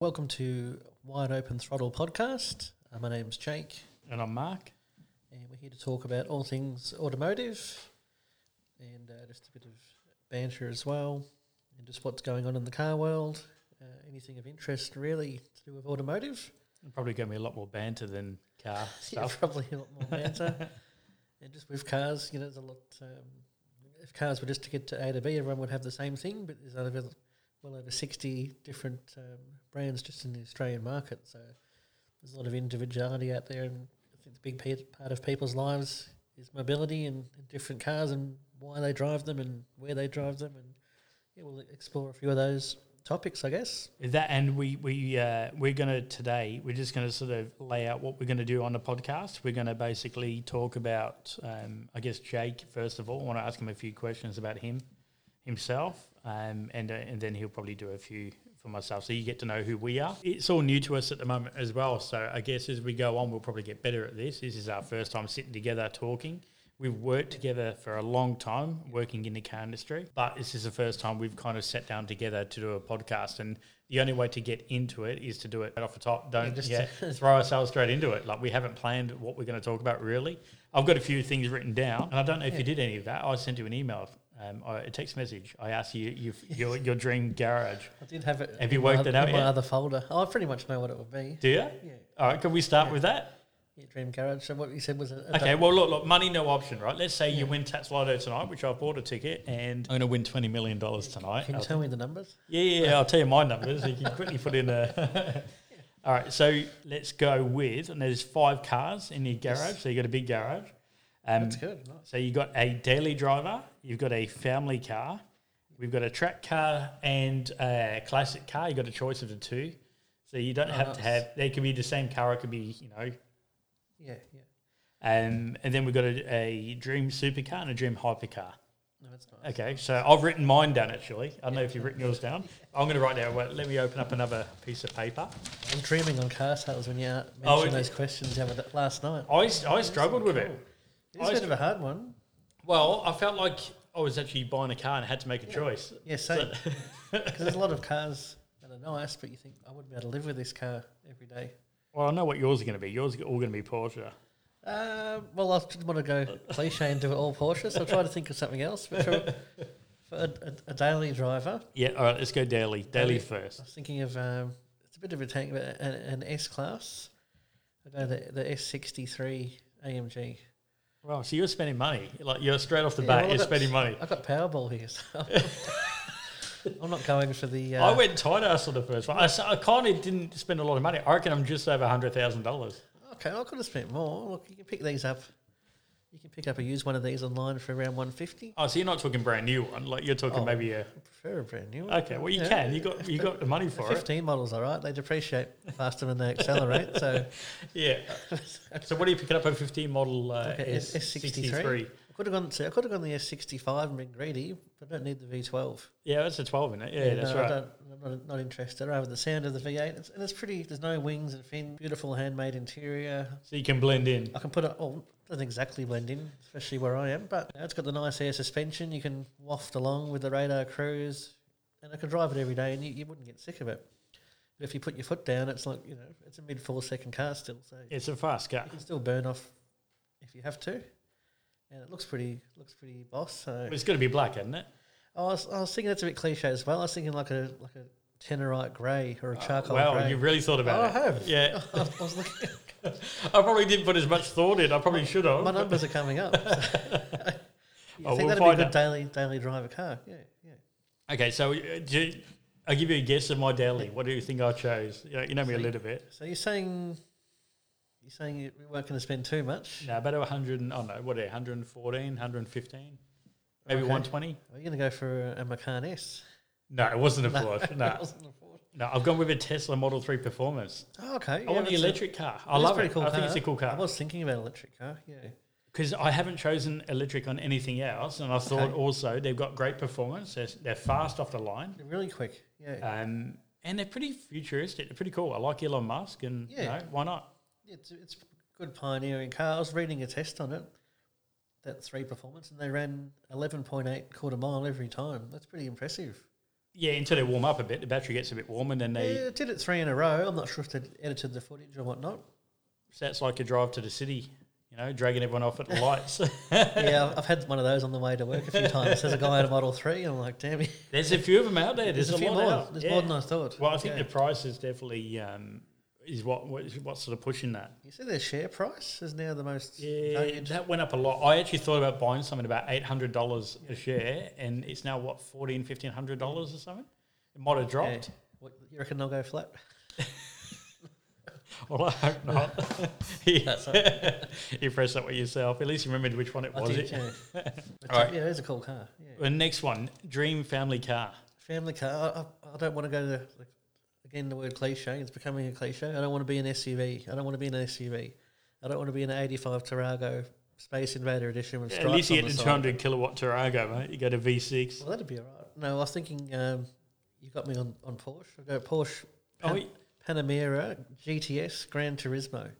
Welcome to Wide Open Throttle Podcast. Uh, my name's Jake, And I'm Mark. and we're here to talk about all things automotive and uh, just a bit of banter as well, and just what's going on in the car world. Uh, anything of interest, really, to do with automotive. Probably going to be a lot more banter than car Yeah, stuff. probably a lot more banter. and just with cars, you know, there's a lot. Um, if cars were just to get to A to B, everyone would have the same thing, but there's over well over 60 different um, brands just in the Australian market. So there's a lot of individuality out there. And I think the big pe- part of people's lives is mobility and, and different cars and why they drive them and where they drive them. And yeah, we'll explore a few of those topics, I guess. That and we we uh, we're going to today. We're just going to sort of lay out what we're going to do on the podcast. We're going to basically talk about, um, I guess, Jake first of all. I want to ask him a few questions about him himself, um, and uh, and then he'll probably do a few for myself. So you get to know who we are. It's all new to us at the moment as well. So I guess as we go on, we'll probably get better at this. This is our first time sitting together talking. We've worked together for a long time, working in the car industry, but this is the first time we've kind of sat down together to do a podcast. And the only way to get into it is to do it right off the top. Don't just- just throw ourselves straight into it. Like we haven't planned what we're going to talk about really. I've got a few things written down, and I don't know if you did any of that. I sent you an email, um, or a text message. I asked you you your your dream garage. I did have it. Have you in my worked oth- it out in my yet? other folder. Oh, I pretty much know what it would be. Do you? Yeah. All right. Can we start with that? Yeah, Dream Garage. So what you said was a, a Okay, well, look, look, money no option, right? Let's say you win Tats Lotto tonight, which I bought a ticket, and I'm going to win $20 million tonight. Can you I'll- tell me the numbers? yeah, yeah, yeah, I'll tell you my numbers. You can quickly put in a. All right, so let's go with, and there's five cars in your garage, so you got a big garage. Um, That's good. Nice. so you've got a daily driver, you've got a family car, we've got a track car and a classic car. You've got a choice of the two. So you don't have nice. to have, they could be the same car, it could be, you know, Yeah, yeah. um, and then we've got a, a dream supercar and a dream hypercar. No, that's nice. Okay, so I've written mine down actually. I don't know if you've written yours down. I'm going to write down. Wait, let me open up another piece of paper. I'm dreaming on car sales when you uh, mentioned Oh, it- those questions the other, last night. I, s- I struggled with it. It's a I bit of a hard one. Well, I felt like I was actually buying a car and had to make a choice. Yeah, same. Because there's a lot of cars that are nice, but you think I wouldn't be able to live with this car every day. Well, I know what yours are going to be. Yours are all going to be Porsche. Uh, well, I didn't want to go cliche and do it all Porsche, so I'll try to think of something else. But for, for a, a, a daily driver, Yeah. All right. Let's go daily. Daily first. I was thinking of um, it's a bit of a tank, but an, an S class. I go the the S63 AMG. Well, so you're spending money. Like you're straight off the Yeah, bat. well, you're that's- spending money. I've got Powerball here, so I'm not going for the. Uh, I went tight ass on the first one. I, s- I kind of didn't spend a lot of money. I reckon I'm just over hundred thousand dollars. okay, I could have spent more. Look, you can pick these up. You can pick up a used one of these online for around 150. Oh, so you're not talking brand new one? Like you're talking Oh. maybe a I prefer a brand new. one. okay. Well, you Yeah. can. You got you got the money The for it. 15 models, all right. They depreciate faster than they accelerate. So Yeah. So what are you picking up a 15 model uh, okay, S- S63. I could have gone. See, I could have gone the S65 and been greedy, but I don't need the V12. Yeah, that's a 12 in it. Yeah, that's no, uh, I right. don't, I'm not, not interested. I rather the sound of the V8, it's, and it's pretty. There's no wings and fin. Beautiful handmade interior. So you can blend in. I can put it. Well, doesn't exactly blend in, especially where I am. But it's got the nice air suspension. You can waft along with the radar cruise, and I could drive it every day, and you, you wouldn't get sick of it. But if you put your foot down, it's like you know, it's a mid four second car still, so It's a fast car. you can still burn off if you have to. And it looks pretty, looks pretty boss. So It's going to be black, isn't it? I was, I was thinking that's a bit cliche as well. I was thinking like a like a tenorite grey or a charcoal Oh, wow, grey. you really thought Oh, I about it. have. Yeah, I was looking. I probably didn't put as much thought in. I probably should have. My numbers are coming up. so- You Oh, think we'll that'd find be a out. good daily daily driver car? Yeah, yeah. Okay, so uh, do you- I'll give you a guess of my daily. What do you think I chose? You know, you know me a little bit. So you're saying you're saying you we weren't going to spend too much. No, about 100, and- I don't know, what are you, 114, 115? Maybe Okay. 120? Are you going to go for a, a Macan S? No, it wasn't a Porsche. no, That wasn't a Ford. No, I've gone with a Tesla Model 3 Performance. Oh, okay. I want that's the a- electric car. I that's love pretty it. I think it's a cool I car. was thinking about electric car. Yeah. Because I haven't chosen electric on anything else. And I thought Okay. also they've got great performance. They're, they're fast off the line. Really quick. Yeah. Um, and they're pretty futuristic. They're pretty cool. I like Elon Musk. And, you Yeah. know, why not? It's it's good pioneering car. I was reading a test on it, that three performance, and they ran eleven point eight quarter mile every time. That's pretty impressive. yeah, until they warm up a bit, the battery gets a bit warm, and then they. yeah, it did it three in a row. I'm not sure if they edited the footage or whatnot. So that's like a drive to the city, you know, dragging everyone off at the lights. yeah, I've- I've had one of those on the way to work a few times. There's a guy at a Model 3, and I'm like, damn it. There's a few of them out there. There's, a, few lot more. out. There's Yeah. more than I thought. Well, I think Okay. the price is definitely um, is what what is what's sort of pushing that. You see, their share price is now the most Yeah, valued. that went up a lot. I actually thought about buying something about eight hundred dollars a share, and it's now what fourteen, fifteen hundred dollars or something. It might have Yeah. dropped. What, you reckon they'll go flat? Well, I hope not. you press that one yourself. At least you remembered which one it I was. did, It. Yeah. But, All right. yeah, it is a cool car. Yeah. The next one, dream family car. Family car. I, I- I don't want to go to, the, again, the word cliche. It's becoming a cliche. I don't want to be an SUV. I don't want to be an SUV. I don't want to be an 85 Tarago Space Invader Edition with stripes At least you on get the the side. two hundred kilowatt Tarago, mate. You go to V six. Well, that'd be all right. No, I was thinking um, you got me on, on Porsche. I've got a Porsche Oh, Pan- Panamera GTS Gran Turismo.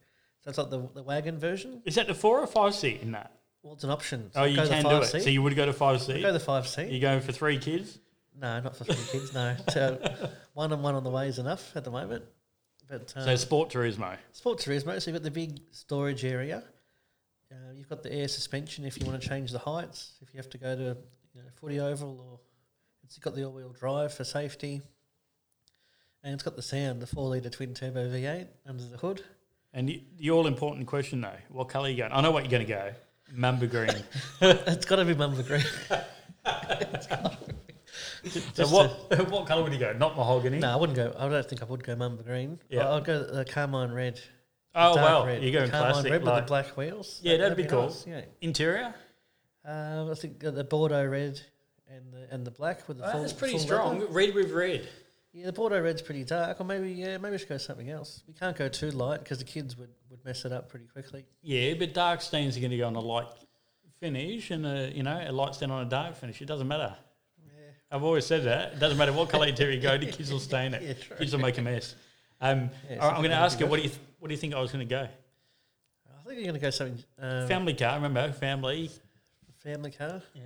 So it's like the, the wagon version. is that the four or five seat in that? Well, it's an option. So Oh, I'd you go the can do it. five seat. So you would go to five I'd seat. go the five seat. You're going for three kids. No, not for three kids. No, So one and one on the way is enough at the moment. But um, So Sport Turismo. Sport Turismo, so you've got the big storage area. Uh, you've got the air suspension if you want to change the heights, if you have to go to you know, footy oval, or it's got the all-wheel drive for safety, and it's got the sound, the four-liter twin-turbo V8 under the hood. And the, the all important question though, what colour are you going? I know what you're going to go. Mamba green. It's got to be Mumba Green. so what what colour would you go? Not mahogany. no, I wouldn't go. I don't think I would go Mumba Green. Yeah. I, I'd go the Carmine Red. the oh dark wow, red, you go the in Carmine plastic. Red with like- the black wheels. Yeah, that'd be cool. nice, Yeah. interior. Um, I think uh, the Bordeaux red and the and the black with the Oh, full. that's pretty full strong. leather. Red with red. Yeah, the Bordeaux red's pretty dark, or maybe yeah, maybe we should go something else. We can't go too light because the kids would, would mess it up pretty quickly. Yeah, but dark stains are going to go on a light finish, and a you know a light stain on a dark finish. It doesn't matter. I've always said that. It doesn't matter what colour interior you go, the kids will stain it. Yeah, true. Kids will make a mess. Um, Yeah, all right, I'm going to something ask you, like what do you th- what do you think I was going to go? I think you're gonna go something um, family. Family car, remember family. car. Yeah.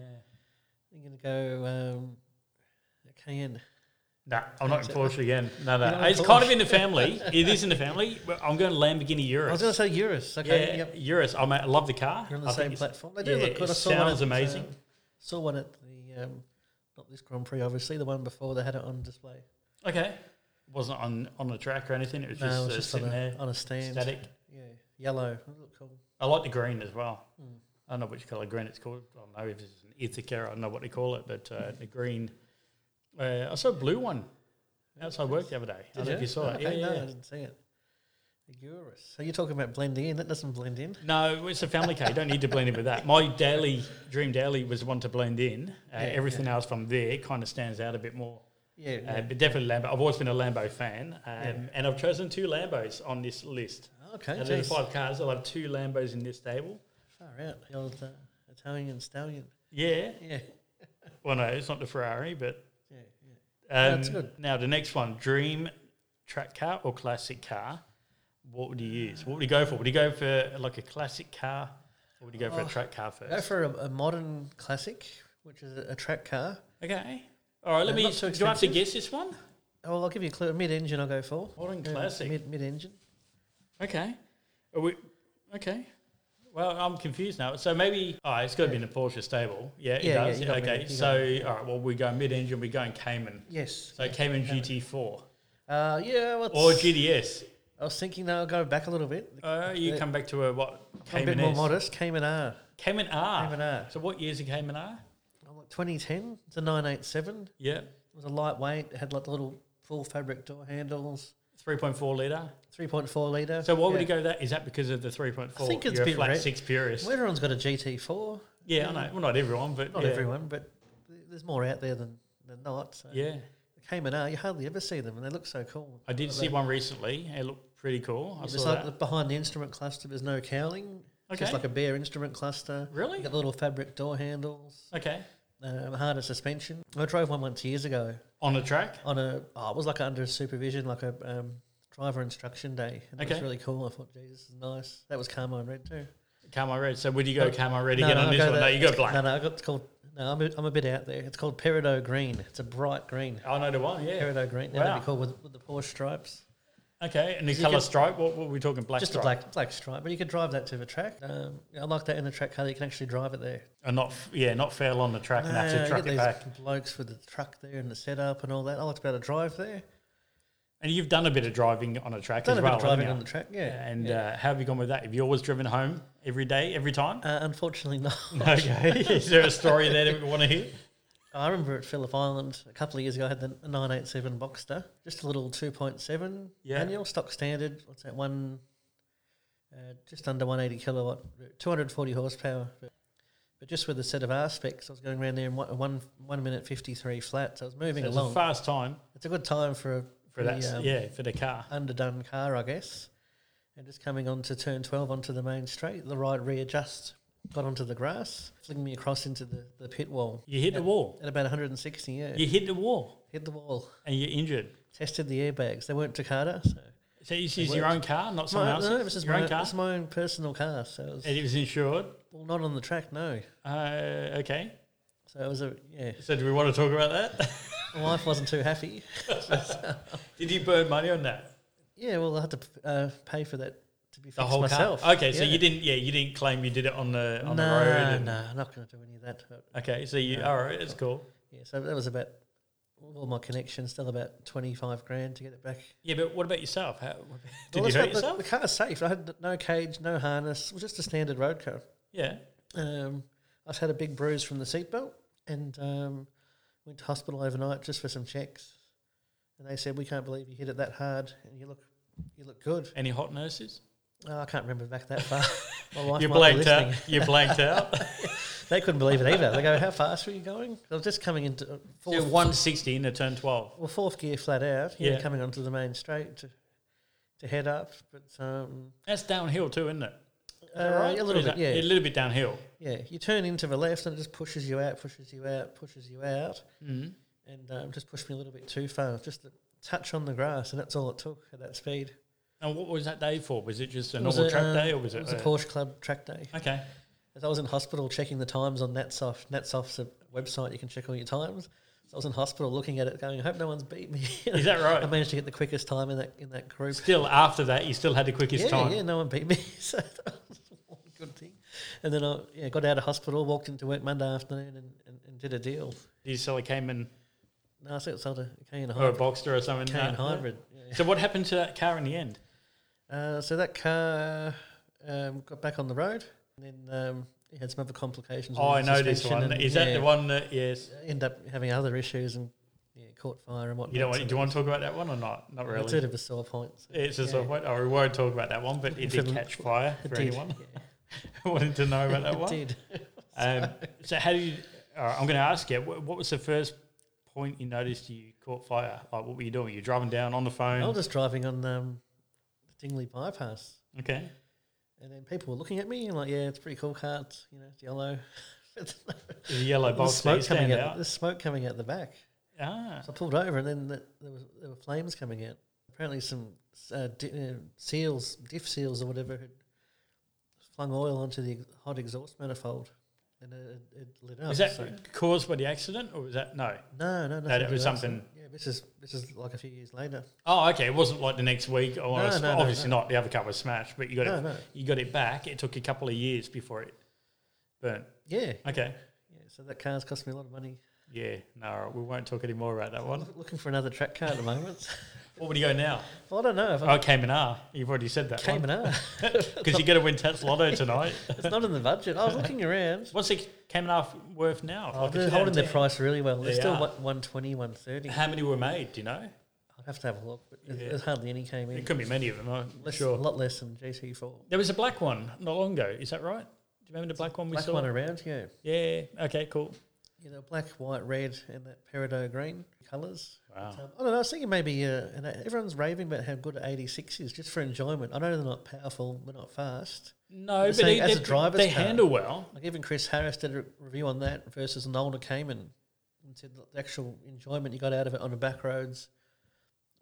You're gonna go um, a Cayenne. No, I'm not in Porsche again. No, You're no. not in It's kind Porsche. of in the family. It is in the family. But I'm going Lamborghini Urus. I was gonna say Urus. Okay, yeah, yep. Urus. I, mate, I love the car. You're on the I think same it's- platform. They do yeah, look good. I it saw one at, sounds uh, amazing. saw one at the um, not this Grand Prix, obviously. The one before they had it on display. Okay. It wasn't on on the track or anything. It was No, just, it was uh, just on sitting a, there, on a stand. static. Yeah, yellow. It looked cool. I like the green as well. Hmm. I don't know which color green it's called. I don't know if it's an Ithaca. I don't know what they call it, but Hmm. uh, the green. Uh, I saw a blue one outside work the other day. I don't know if you saw it. Okay, Yeah, yeah, no, yeah. I didn't see it. The Urus. So you're talking about blending in. That doesn't blend in. No, it's a family car. You don't need to blend in with that. My daily dream daily was one to blend in. Uh, Yeah, everything else from there kind of stands out a bit more. Yeah. Uh, yeah. but definitely Lambo. I've always been a Lambo fan, um, Yeah. and I've chosen two Lambos on this list. Oh, okay. Out of the Geez. Far five cars, I'll have two Lambos in this stable. out. The old uh, Italian stallion. Yeah. Yeah. Well, no, it's not the Ferrari, but Yeah. yeah. um, That's good. Now the next one: dream track car or classic car. What would you use? What would you go for? Would you go for like a classic car, or would you go for a Oh, track car Go first? for a, a modern classic, which is a, a track car. Okay. All right. Let Yeah, me. not too Do I have to expensive. guess this one? Oh, well, I'll give you a clue. Mid-engine, I'll go for. Modern Yeah, classic. Mid mid-engine. Okay. Are we, okay. Well, I'm confused now. So maybe oh, it's got to be in the Porsche stable. Yeah, it Yeah, yeah, does. you got me, okay. you so got all right. Well, we go mid-engine. We go in Cayman. Yes. So Cayman GT4 Uh, yeah. Well, or it's- GDS. I was thinking. No, I'll go back a little bit. Uh, you Yeah. come back to a what? I'm a bit Cayman more S. Ah. modest. Cayman R. Cayman R. Cayman R. So what years a Cayman R? I'm like 2010. It's a 987. Yeah, It was a lightweight. It had like the little full fabric door handles. 3.4 liter. 3.4 litre. So why would Yeah. you go that? Is that because of the 3.4? I think it's You're a been flat re- six purist. Well, everyone's got a GT4. yeah, I know. Well, not everyone, but Not yeah. everyone, but th- there's more out there than, than not. So. Yeah. The Cayman R, you hardly ever see them, and they look so cool. I did Like see the- one recently. It looked pretty cool. I It's saw like that. the- behind the instrument cluster, there's no cowling. It's just Okay. like a bare instrument cluster. Really? You got the little fabric door handles, Okay. um, harder suspension. I drove one once years ago On the track? on a, oh, it was like under supervision, like a um, driver instruction day. And It Okay. was really cool. I thought, geez, this is nice. That was Carmine Red too. Camo Red. So would you go Camo Red again no, on I'll this go one? that- No, you go black. No, no, I got it's called No, I'm a, I'm a bit out there. It's called peridot green. It's a bright green. I know Oh, the one. Yeah. Peridot green. Now that'd Wow. be cool with, with the Porsche stripes. Okay. And the You color can- stripe. What, what were we talking? Black. Just stripe. a black black stripe, but you could drive that to the track. Um, I like that in the track car. that You can actually drive it there. And not f- yeah, not fail on the track and have No, to you truck eh? get it these back. blokes with the truck there and the setup and all that. I like to be able to drive there. And you've done a bit of driving on a track Done as a bit well. of driving on haven't the you? track, yeah. And yeah. Uh, how have you gone with that? Have you always driven home every day, every time? Uh, unfortunately, not. Okay. Is there a story there that we want to hear? I remember at Phillip Island a couple of years ago, I had the 987 Boxster, just a little 2.7 Yeah. manual, stock standard. What's that one? Uh, just under 180 kilowatt, 240 horsepower. But, but just with a set of R specs, I was going around there in one, one, one minute 53 flat. So I was moving It's a along. fast time it's a good time for a for that. pretty, um, yeah, for the car. underdone car, I guess. And just coming onto turn 12 onto the main straight, the right rear just got onto the grass, flinging me across into the, the pit wall You hit the wall. at about 160, yeah. You hit the wall, Hit the wall. and you're injured. Tested the airbags. They weren't Takata. So. So this is your own car, not someone My- else's. no, this is your my, own car, this is my own personal car. So it was and it was insured. well, not on the track, no. Uh, okay. So it was a, yeah. So do we want to talk about that? My wife wasn't too happy. Did you burn money on that? Yeah, well, I had to uh, pay for that to be fixed The whole myself. car. Okay, so Yeah. you didn't. Yeah, you didn't claim you did it on the on no, the road. and- no, I'm not going to do any of that. But Okay, so you. No. All right, that's cool. Yeah, so that was about with all my connections, still about twenty five grand to get it back. Yeah, but what about yourself? How, did Well, you that's hurt not- the- yourself? The, car's safe. I had no cage, no harness. It was just a standard road car. yeah. Um, I've had a big bruise from the seatbelt and um, went to hospital overnight just for some checks. And they said, "We can't believe you hit it that hard, and you look, you look good." Any hot nurses? Oh, I can't remember back that far. My wife You might be blanked out. listening. You blanked out. They couldn't believe it either. They go, "How fast were you going?" I was just coming into uh, You're fourth, 160 into turn 12. Well, fourth gear flat out. Yeah, Yeah. coming onto the main straight to, to head up, but um, That's downhill too, isn't it? Is that uh, right? a Or little is bit, that- yeah, A little bit downhill. yeah. You turn into the left, and it just pushes you out, pushes you out, pushes you out, Mm. and um, just pushed me a little bit too far, just a touch on the grass, and that's all it took at that speed. And what was that day for? Was it just a It was normal a, track um, day, or was it? It was a uh, Porsche Club track day. Okay. As I was in hospital checking the times on Natsoft, Natsoft's a website you can check all your times. So I was in hospital looking at it, going, "I hope no one's beat me." Is that I right? managed to get the quickest time in that in that group. Still, after that, you still had the quickest yeah, time. Yeah, no one beat me. So that was one good thing. And then I yeah, got out of hospital, walked into work Monday afternoon and, and, and did a deal. Did you sell a Cayman No, I think it sold a Cayenne or a hybrid. Boxster or something? Cayenne Oh, Yeah. hybrid. yeah. So what happened to that car in the end? Uh, so that car um, got back on the road and then um, it had some other complications. Oh, I with the know this suspension one. and, Is that yeah, the one that? Yes. End up having other issues and yeah, caught fire and whatnot. You don't want. So Do you want to talk about that one or not? Not It's really. sort of a sore point. so It's just yeah. a point. Oh, we won't talk about that one, but it If did it- catch fire it for did, anyone yeah. who wanted to know about that it one. did. Um, so how do you? All right, I'm going to ask you. What, what was the first point you noticed you caught fire? Like, what were you doing? You're driving down on the phone. I was just driving on um, the Dingley bypass. okay. And then people were looking at me and like, yeah, it's a pretty cool car. It's, you know, it's yellow. It's- The yellow there's box smoke smoke coming stand out. out. There's smoke coming out the back. Ah, So I pulled over and then the, there, was, there were flames coming out. Apparently, some uh, di- uh, seals, diff seals or whatever, had flung oil onto the hot exhaust manifold, and it, it- it lit up. was Ah. that so- caused by the accident, or was that no? no, no, no. that was something- Yeah, this is this is like a few years later. Oh, okay. It wasn't like the next week. Or No, it's- no, no, obviously not. The other car was smashed, but you got No, it. no. You got it back. It took a couple of years before it burnt. Yeah, Okay. yeah. So that car's cost me a lot of money. Yeah. No, all right, we won't talk any more about that one. Look- Looking for another track car at the moment. What would you go now? well, I don't know if I Oh, Cayman R. You've already said that. came Cayman, and asked. because you got to win Tats Lotto tonight. It's not in the budget. I was looking around. What's the Cayman R worth now? Oh, Like a they're holding their 2010? price really well. They're They still are. what, 120, 130. How many were made? Do you know? I'd have to have a look, but there's- Yeah. there's hardly any came It in. could be many of them. I'm Less, sure. A lot less than GT4. There was a black one not long ago. Is that right? Do you remember the black one we black saw? one around, yeah. Yeah. Okay. Cool. You know, black, white, red, and that peridot green colours. Wow. Um, I don't know. I was thinking maybe, uh, and everyone's raving about how good 86 is just for enjoyment. I know they're not powerful, they're not fast. No, You're but saying they, as a they- driver's they car. handle well. Like even Chris Harris did a review on that versus an older Cayman and said the actual enjoyment you got out of it on the back roads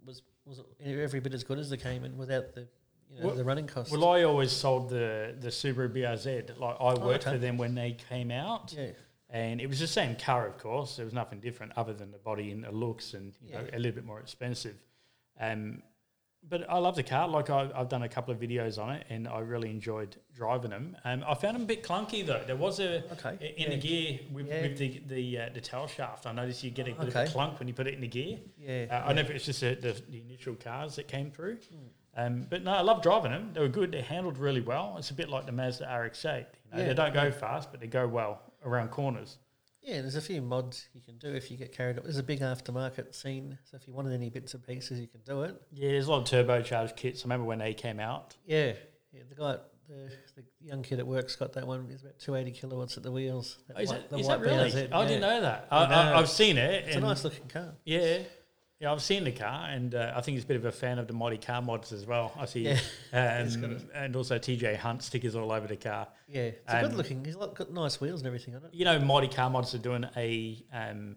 was was every bit as good as the Cayman without the you know Well- the running costs. Well, I always sold the the Subaru BRZ. Like I worked Oh, okay. for them when they came out, yeah, And it was the same car, of course. There was nothing different other than the body and the looks, and you know, Yeah. a little bit more expensive. Um, but I love the car. Like I, I've done a couple of videos on it, and I really enjoyed driving them. Um, I found them a bit clunky though. There was a Okay, in the yeah. gear with, Yeah. with the the, uh, the tail shaft. I noticed you get a bit of Okay. a clunk when you put it in the gear. Yeah. Hmm. Uh, I know if it's just the, the, the initial cars that came through. Um, but no, I love driving them. They were good. They handled really well. It's a bit like the Mazda RX-8. You know, Yeah, They don't go fast, but they go well around corners. Yeah, there's a few mods you can do if you get carried up. There's a big aftermarket scene, so if you wanted any bits and pieces, you can do it. Yeah, there's a lot of turbocharged kits. I remember when they came out. Yeah, yeah. The guy, at- the, the young kid at work's got that one. It's about 280 kilowatts at the wheels. That Oh, Is, white- that, the is that white BRZ, really? I didn't yeah. know that. I, know. I, I've seen it. It's a and- nice looking car. Yeah. Yeah, I've seen the car, and uh, I think he's a bit of a fan of the Mighty Car mods as well. I see, Yeah. um, and also TJ Hunt stickers all over the car. Yeah, it's a Um, good looking. He's got, got nice wheels and everything on it. You know, Mighty Car mods are doing a um,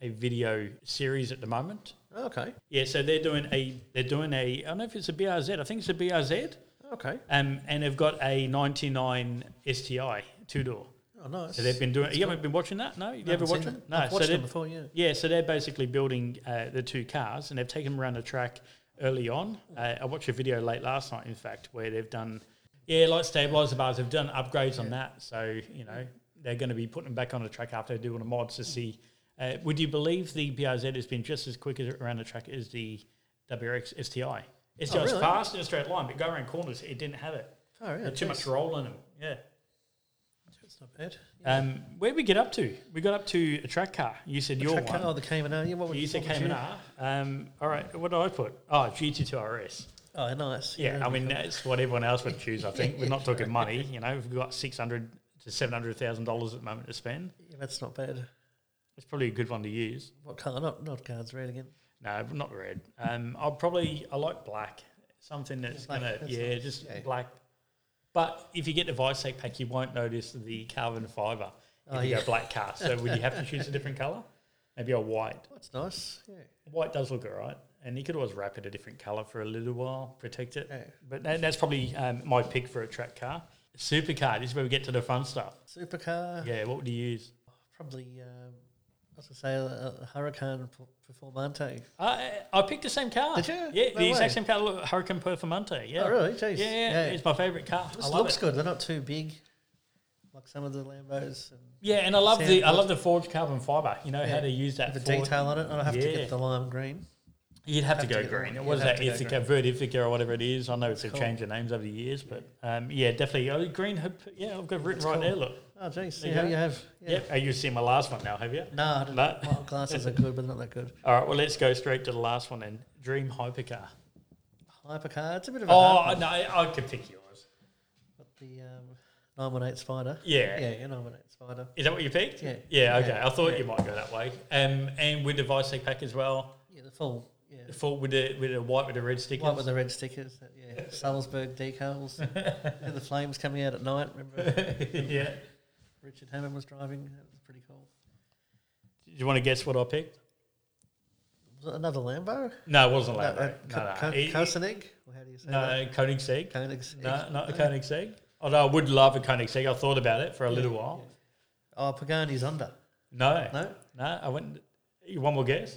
a video series at the moment. Oh, Okay, Yeah, so they're doing a they're doing a I don't know if it's a BRZ. I think it's a BRZ. okay. Um, and they've got a '99 STI two door. Oh, nice. So they've been doing. You haven't been watching that? No, you I ever haven't seen watch it? that. No, I've so watched they're- them before. Yeah, Yeah, so they're basically building uh, the two cars, and they've taken them around the track early on. Uh, I watched a video late last night, in fact, where they've done, yeah, like stabilizer bars. They've done upgrades on that, so you know they're going to be putting them back on the track after doing the mods to see. Uh, would you believe the BRZ has been just as quick as around the track as the WRX STI? STI is Oh, really? fast in a straight line, but go around corners, it didn't have it. oh yeah, Had too much geez. roll in them. Yeah. That's not bad. Um, where we get up to? We got up to a track car. You said your Truck one. car, oh, the Cayman R. Yeah, what would You said what would Cayman R. Um, all right, what did I put? Oh, GT2 RS. Oh, nice. Yeah, I mean that's what everyone else would choose. I think Yeah, we're not sure. talking money. You know, we've got six hundred to seven hundred thousand dollars at the moment to spend. Yeah, that's not bad. It's probably a good one to use. What car? Not not cards red again. No, not red. Um, I'll probably I like black. Something that's Black, gonna that's yeah, nice. just Yeah. black. But if you get the Visec pack, you won't notice the carbon fiber if Oh, you yeah. go black car. So would you have to choose a different color? Maybe a white. That's nice. Yeah. White does look all right, and you could always wrap it a different colour for a little while, protect it. Yeah. But that, that's probably um, my pick for a track car. Supercar, this is where we get to the fun stuff. Supercar. Yeah, what would you use? Probably. Um, I was gonna say a, a Huracan P- Performante. I, Uh, I picked the same car. Did you? Yeah, No the exact way. same car, look, Hurricane Performante. Yeah. Oh, really? Jeez. Yeah, yeah, Yeah. it's my favourite car. This I love looks it. good. They're not too big, like some of the Lambos. And Yeah, and I love Sound the I good. love the forged carbon fibre. You know how Yeah. to use that. the forged- detail on it. I don't have to Yeah. get the lime green. You'd have, Have to to go get the green. one. It You'd was have to that go Ithaca, Vert Ithaca, or whatever it is. I know it's they've cool. changed the names over the years, but um, yeah, definitely. Oh, green. hoop- Yeah, I've got it written right cool. there. Look. Oh, jeez. See There you how go. you have. Yeah. Yep. Oh, you've seen my last one now, have you? No, I don't No. know. My glasses are good, but they're not that good. All right. Well, let's go straight to the last one then. Dream hypercar. Hypercar. It's a bit of a. hard Oh one, no, I I could pick yours. but the um, 918 Spider. Yeah. Yeah, your 918 Spider. Is that what you picked? Yeah. Yeah. Yeah. Okay. I thought you might go that way. Um, and with the Visec pack as well. Yeah, the full. Yeah. The full with the with the white with the red stickers. White with the red stickers. that- Yeah. Salzburg decals. and the flames coming out at night. Remember yeah. Richard Hammond was driving. That was pretty cool. Do you want to guess what I picked? Was it another Lambo? No, it wasn't No, Lando. uh, No, no. Co- Co- It- Koenig? Or how do you say that? no, Koenigsegg. Koenig's. No, not a Koenigsegg. Although I would love a Koenigsegg. I thought about it for a little while. Oh, Pagani's under. No, no, No? I wouldn't. you- One more guess.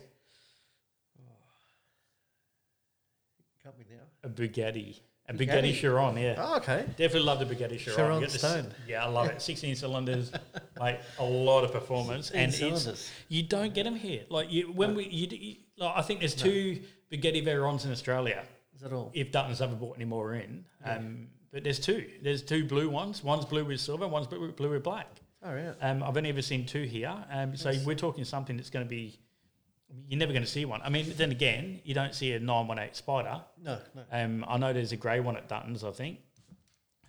Can't be now. A Bugatti. A Bugatti, Bugatti? Chiron, yeah. Oh, okay. Definitely love the Bugatti Chiron. Chiron Get the s- Stone. yeah, I love it. 16 cylinders, like a lot of performance. And and it's, cylinders. you don't get them here. Like you, when we, you, d- you like, I think there's two Bugatti Veyrons in Australia. Is that all? if Dutton's ever bought any more in. Um, but there's two. There's two blue ones. One's blue with silver. One's blue with, blue with black. Oh, yeah. Um, I've only ever seen two here. Um, so we're talking something that's going to be. You're never going to see one. I mean, then again, you don't see a 918 Spider. No, no. Um, I know there's a grey one at Dutton's, I think,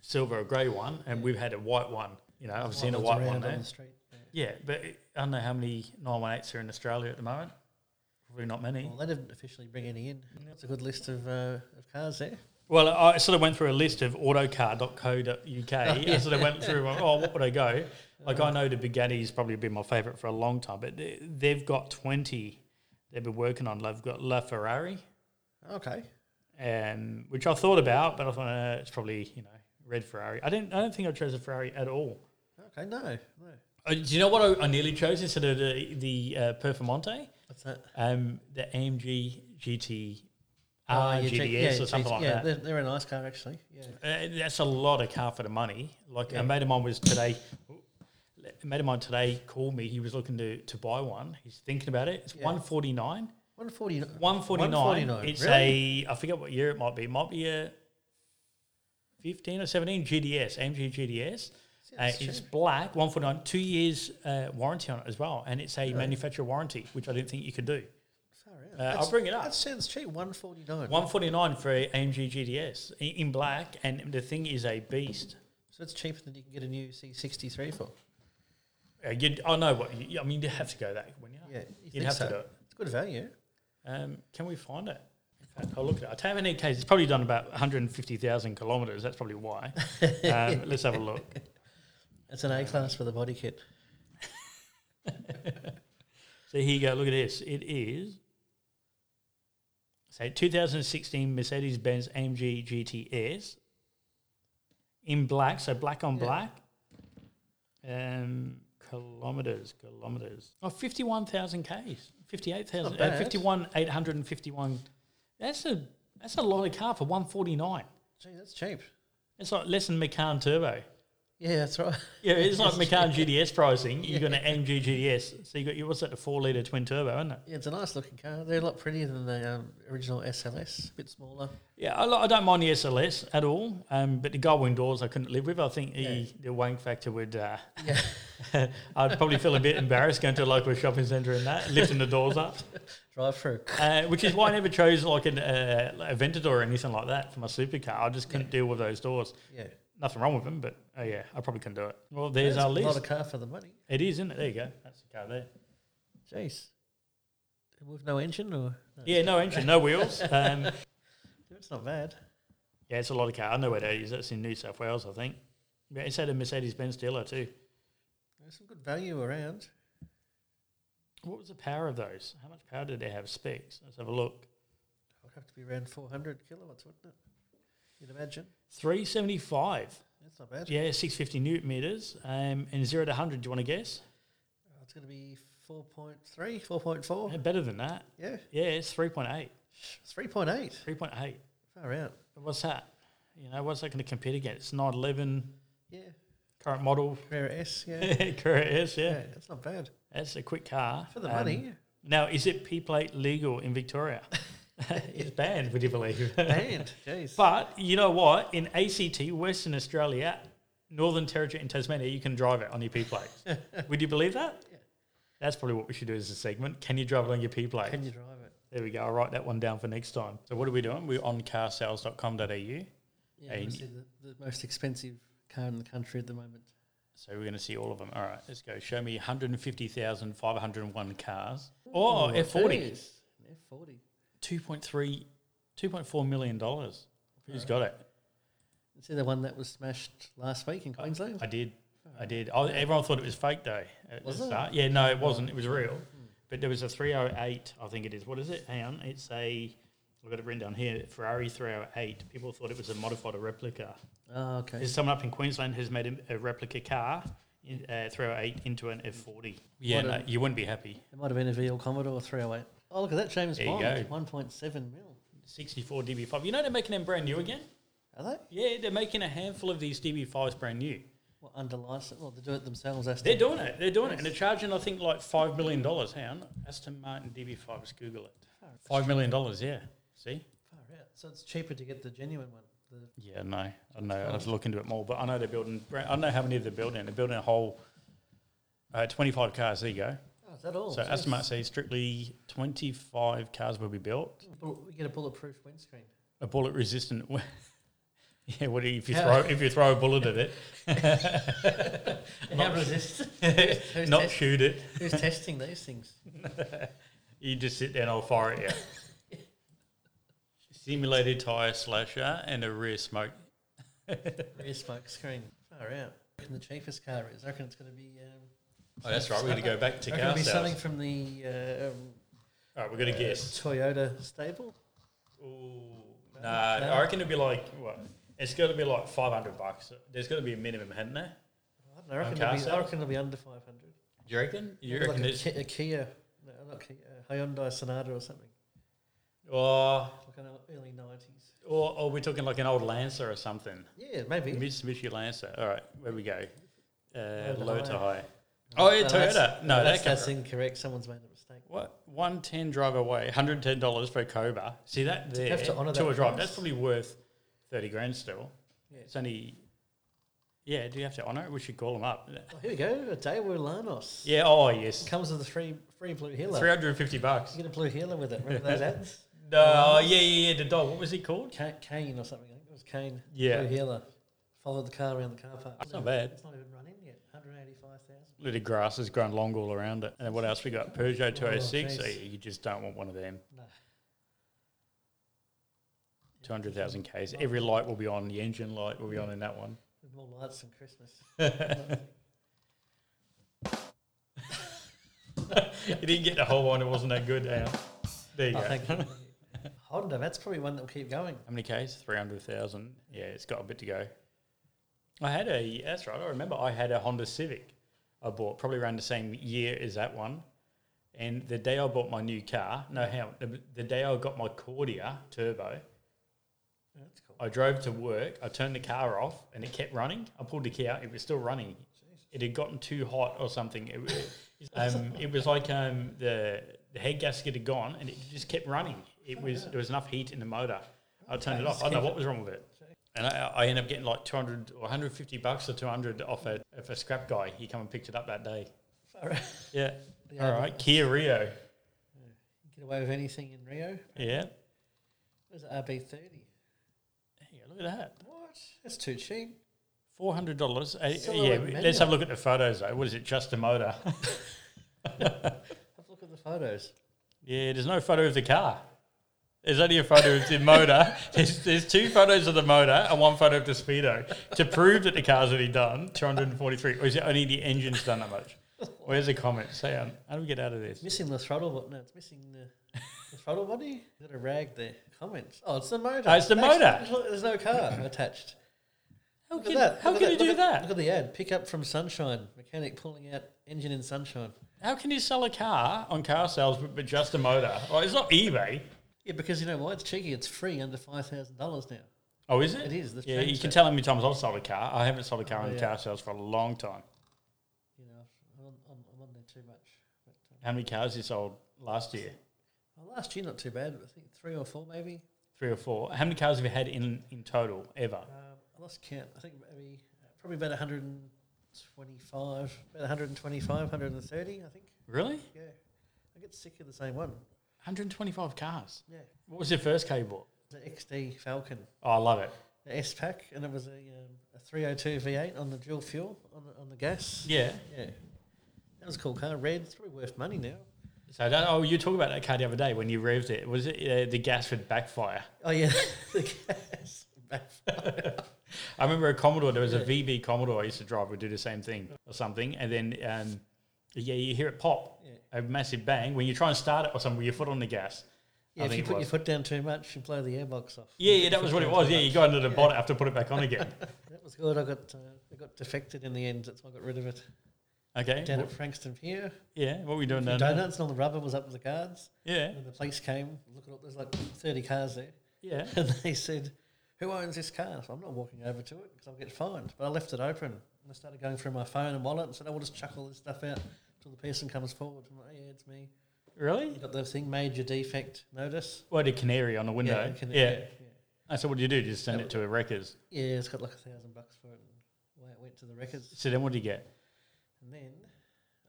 silver or grey one, and we've had a white one. You know, I've seen a Ones white around one on there. the street. Yeah. Yeah, but I don't know how many 918s are in Australia at the moment. Probably not many. Well, they didn't officially bring any in. That's a good list of, uh, of cars there. Well, I sort of went through a list of autocar.co.uk. I sort of went through, oh, what would I go? Like, I know the Bugatti's probably been my favourite for a long time, but they- they've got 20 they've been working on. They've got La Ferrari, Okay. um, which I thought about, but I thought uh, it's probably, you know, red Ferrari. I didn't. I don't think I chose a Ferrari at all. Okay, no. no. Uh, do you know what I, I nearly chose instead of the, the uh, Performante? What's that? Um, the AMG GT Oh, R yeah, GDS check- yeah, or something check- like yeah, that. They're, they're a nice car actually. Yeah. Uh, that's a lot of car for the money. Like Yeah. a mate of mine was today. A mate of mine today called me. He was looking to, to buy one. He's thinking about it. It's Yeah. one forty nine. 140. One forty nine. 149, It's really? a I forget what year it might be. It might be a fifteen or seventeen GDS AMG GDS. Uh, that's it's cheap. black. One forty nine. Two years uh, warranty on it as well, and it's a manufacturer warranty, which I didn't think you could do. Far out. Uh, I'll That's- bring it up. That sounds cheap. 149. 149 for a AMG GDS i- in black, and the thing is a beast. So it's cheaper than you can get a new C63 for. Uh, you'd, I know what you, I mean. You have to go that, wouldn't you? Yeah, you you'd think have so. to do it. It's good value. Um, can we find it? In fact, I'll look at it. I tell you, in any case, it's probably done about 150,000 kilometres. That's probably why. Um, let's have a look. It's an A class for the body kit. So here you go. Look at this. It is. So 2016 Mercedes Benz AMG GTS in black. So black on Yeah. black. Um, kilometers, kilometers. Oh, 51,000 Ks. 58,000. Not Uh, bad. 51, 851. That's a that's a lot of car for 149. Gee, that's cheap. It's like less than Macan Turbo. Yeah, that's right. Yeah, it's like Macan GDS pricing. You've got an AMG GDS. So you got your what's that? The four liter twin turbo, isn't it? Yeah, it's a nice looking car. They're a lot prettier than the um, original SLS. A bit smaller. Yeah, I, li- I don't mind the SLS at all, um, but the Goldwing doors I couldn't live with. I think the, Yeah. the wank factor would. Uh, Yeah. I'd probably feel a bit embarrassed going to a local shopping centre and that, lifting the doors up, Drive through. uh, which is why I never chose like an uh, like a Aventador or anything like that for my supercar. I just couldn't deal with those doors. Yeah. Nothing wrong with them, but oh yeah, I probably couldn't do it. Well, there's That's our A lot list. of car for the money. it is, isn't it? There you go. That's the car there. Jeez. With no engine or? No, Yeah, no engine, no wheels. Um, It's not bad. Yeah, it's a lot of car. I know where that is. That's in New South Wales, I think. Yeah, it's at a Mercedes Benz dealer too. There's some good value around. What was the power of those? How much power did they have? Specs. Let's have a look. It would have to be around 400 kilowatts, wouldn't it? You'd imagine. Three seventy five. That's not bad. Yeah, six fifty newton meters. Um, and zero to hundred. Do you want to guess? Oh, it's going to be 4.3, 4.4. Yeah, better than that. Yeah, Yeah, it's 3.8. it's 3.8. 3.8. Far out. What's that? You know, what's that going to compete against? It's 911 Yeah, current model. Carrera S. Yeah. Correct. Yes, yeah. yeah, that's not bad That's a quick car for the Um, money. Now, is it P plate legal in Victoria? it's banned. Would you believe? And jeez, But you know what? In ACT, Western Australia, Northern Territory, and Tasmania, you can drive it on your P plates. Would you believe that? Yeah. That's probably what we should do as a segment. Can you drive it on your P plate? can you drive it? There we go. I'll write that one down for next time. So what are we doing? We're on carsales.com.au. Yeah, And- obviously the, the most expensive car in the country at the moment. So we're going to see all of them. All right, let's go. Show me 150,501 cars. Oh, F40. jeez, an F40. 2.3, 2.4 million dollars. Who's got it? You see the one that was smashed last week in Queensland? I did. I did. I, everyone thought it was fake though. At Was the it? start. Yeah, no, it wasn't. It was real. But there was a 308, I think it is. What is it? Hang on. It's a, I've got it written down here, Ferrari 308. People thought it was a modified replica. oh, okay. There's someone up in Queensland who's made a, a replica car, in, uh, 308, into an F40. Yeah, What no, a- you wouldn't be happy. It might have been a VL Commodore 308. Oh, look at that, James There you go. Bond, 1.7 mil. 64 DB5. You know they're making them brand new again? Are they? Yeah, they're making a handful of these DB5s brand new. Well, under license. Well, they do it themselves. Aston. They're doing it. They're doing it, and they're charging I think like five million dollars. Hang on, Aston Martin DB5. Just Google it. Five million dollars. Yeah. See. Far out. So it's cheaper to get the genuine one. The, Yeah. No. I don't know. I have to look into it more, but I know they're building. I don't know how many they're building. They're building a whole. Uh, 25 cars, there you go. oh, is that all? So Jeez. Aston Martin says strictly 25 cars will be built. Bull- We get a bulletproof windscreen. A bullet resistant. yeah, what do you- if you How- throw if you throw a bullet at it? How resist? who's, Not test- shoot it. who's testing these things? You just sit there and I'll fire at you. Simulated tyre slasher and a rear smoke. Rear smoke screen. Far out. I reckon the cheapest car is. I reckon it's going to be. Um, Oh, that's right. We're going to go back to I reckon it'll car be something sales. from the um, All right, we're going to guess. Toyota stable. Ooh, nah, I reckon it'll be like what? It's got to be like five hundred bucks. There's got to be a minimum, hadn't there? I don't And I reckon, car it'll be, I sales? reckon it'll be under 500. Do you reckon? You reckon like a, it's- Ki- a Kia, no, not Kia, a Hyundai Sonata or something, Or, like an early 90s. or, or we're talking like an old Lancer or something. Yeah, maybe. Mitsubishi Lancer. All right, where we go? Uh, to low high. to high. Oh, yeah, No, Toyota. that's- No, that's, that came that's incorrect. Someone's made a mistake. What one ten drive away, hundred ten dollars for a Cobra. See that there have to honour to that a drive. price. That's probably worth thirty grand still. Yeah. It's only yeah. Do you have to honour it? We should call them up. Oh, here we go, a Daewoo Lanos. Yeah. Oh yes. Comes with a free, free blue healer. Three hundred and fifty bucks. You get a blue healer with it. Remember those ads? No. oh, Yeah. Yeah. Yeah. The dog. What was it called? Ca- Kane or something. I think it was Kane. Yeah. Blue healer. Followed the car around the car park. That's not bad. It's not even run in yet. 185,000. Little grass has grown long all around it. And then what else we got? Peugeot two hundred six. Oh, jeez. you just don't want one of them. No. Two hundred thousand k's. Every light will be on. The engine light will be on in that one. With more lights than Christmas. Oh, You didn't get the whole one. It wasn't that good. Al. There you go. I think Honda, that's probably one that will keep going. How many Ks? 300,000. Yeah, it's got a bit to go. I had a, that's right, I remember I had a Honda Civic I bought probably around the same year as that one. And the day I bought my new car, no, how, the, the day I got my Cordia turbo, That's cool. I drove to work, I turned the car off and it kept running. I pulled the key out, it was still running. It had gotten too hot or something. It, it- um, it was like um, the, the head gasket had gone and it just kept running. It was There was enough heat in the motor. I turned it off. I don't know what was wrong with it. And I, I ended up getting like 200 or 150 bucks or 200 off a, off a scrap guy. He come and picked it up that day. All right. Yeah. Yeah, All right. Kia Rio. Get away with anything in Rio. Yeah. There's an RB30. Hey, look at that. What? That's too cheap. Four hundred dollars. Yeah, Silhouette let's manual. have a look at the photos. Though. What is it? Just a motor. Have a look at the photos. yeah, there's no photo of the car. There's only a photo of the motor. There's, there's two photos of the motor and one photo of the speedo to prove that the car's already done. Two hundred and forty-three, or is it only the engine's done that much? Where's the comment? Say, um, how do we get out of this? Missing the throttle button. No, it's missing the, the throttle body. Got a rag there. Comments. Oh, it's the motor. Oh, it's the Thanks. motor. Look, There's no car attached. How Look can, at that. how Look can at he do Look at- that? Look at the ad. Pick up from Sunshine. Mechanic pulling out engine in Sunshine. How can you sell a car on car sales but, but just a motor? Well, it's not eBay. Yeah, because you know why? It's cheeky. It's free under five thousand dollars now. Oh, is it? It is. They've Yeah, you changed can it. tell how many times I've sold a car. I haven't sold a car Oh, on yeah. car sales for a long time. You know, I'm, I'm, I'm on there too much. But, um, How many cars you sold last year? well, last year not too bad. I think three or four maybe. Three or four. How many cars have you had in, in total ever? Um, I lost count. I think maybe uh, probably about 125, about 125, 130. I think. Really? Yeah, I get sick of the same one. 125 cars. Yeah, What was your first car you bought? the XD Falcon, Oh, I love it. the S pack, and it was a, um, a 302 V8 on the dual fuel on the, on the gas. Yeah. Yeah, that was a cool car. Red, it's probably worth money now. So that, oh, you talked about that car the other day when you revved it. Was it uh, the gas would backfire? Oh yeah, the gas. I remember a Commodore. There was a Yeah. VB Commodore I used to drive. Would do the same thing or something, and then um, yeah, you hear it pop, Yeah. a massive bang when you try and start it or something with your foot on the gas. I Yeah, if think you it put your was. foot down too much, you blow the airbox off. Yeah, yeah, that was what it was. Yeah, you go under the bonnet, have to put it back on again. That was good. I got uh, I got defected in the end. That's why I got rid of it. Okay. Down at Wh- Frankston Pier, yeah, what were we doing the down there? donuts and all the rubber was up with the guards. Yeah, And the police came, looking up, there's like 30 cars there. yeah. And they said, Who owns this car? So I'm not walking over to it because I'll get fined. But I left it open and I started going through my phone and wallet and said, I will just chuck all this stuff out until the person comes forward. I'm like, Yeah, it's me. Really? You got the thing, major defect notice. Well, the canary on the window. Yeah, Yeah. you can- I said, what do you do? Just send it to a wreckers. yeah. Yeah, it's got like a thousand bucks for it. And away it went to the records. So then what do you get? And then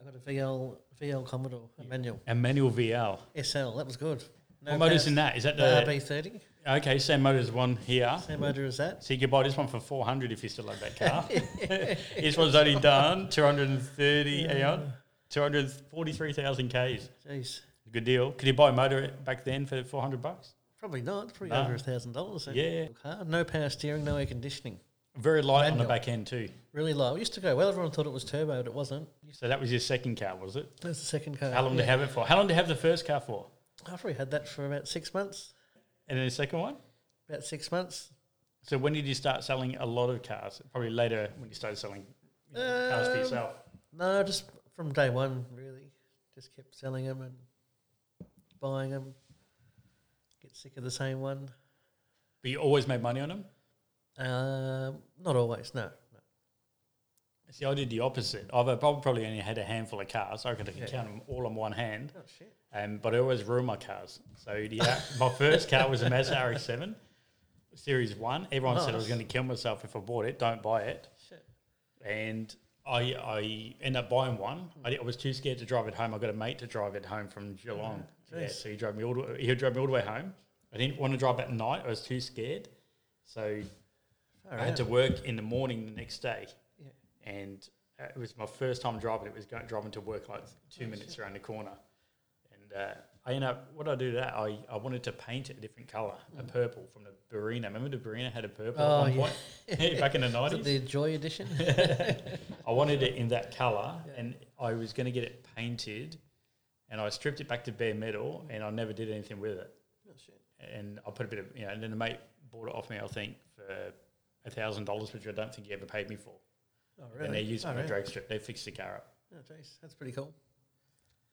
I got a VL, VL Commodore, a manual. A manual VL. SL, that was good. No what motor's pads, in that? uh, Is that no the. RB30, okay, same motor's one here. same motor as that. So you could buy this one for 400 if you still own that car. this one's only done 230 Aeon, 243,000 Ks. Jeez. Good deal. Could you buy a motor back then for 400 bucks? Probably not. Probably No. over a thousand dollars. Yeah. Car. No power steering, no air conditioning. Very light on the Manual. back end, too. Really low. It used to go well. Everyone thought it was turbo, but it wasn't. So that was your second car, was it? That's the second car. How long Uh, yeah. to have it for? How long to have the first car for? I probably had that for about six months. And then the second one? About six months. So when did you start selling a lot of cars? Probably later when you started selling you know, cars for Um, yourself? No, just from day one, really. Just kept selling them and buying them. Get sick of the same one. But you always made money on them. Um, not always, no. no. See, I did the opposite. I've uh, prob- probably only had a handful of cars. I reckon I can Yeah. count them all on one hand. Oh, shit. Um, but I always ruin my cars. So the, uh, my first car was a Mazda RX-7 Series One. Everyone said I was Nice. going to kill myself if I bought it. Don't buy it. Shit. And I I ended up buying one. I, di- I was too scared to drive it home. I got a mate to drive it home from Geelong. Oh, yeah, jeez. so he drove me all the, way- he drove me all the way home. I didn't want to drive at night. I was too scared. So Far I had out. to work in the morning the next day, Yeah. and uh, it was my first time driving. It was going, driving to work like two minutes around the corner, and uh, I ended up what did I do that I, I wanted to paint it a different color, a purple from the Barina. Remember the Barina had a purple Mm. Oh, at yeah. one point back in the Is it nineties. the Joy Edition? I wanted it in that color, Yeah. and I was going to get it painted, and I stripped it back to bare metal, and I never did anything with it oh, shit. and I put a bit of you know, and then the mate bought it off me, I think, for a thousand dollars, which I don't think he ever paid me for. Oh, And they really? used Far my out. drag strip, they fixed the car up. Oh, jeez. That's pretty cool.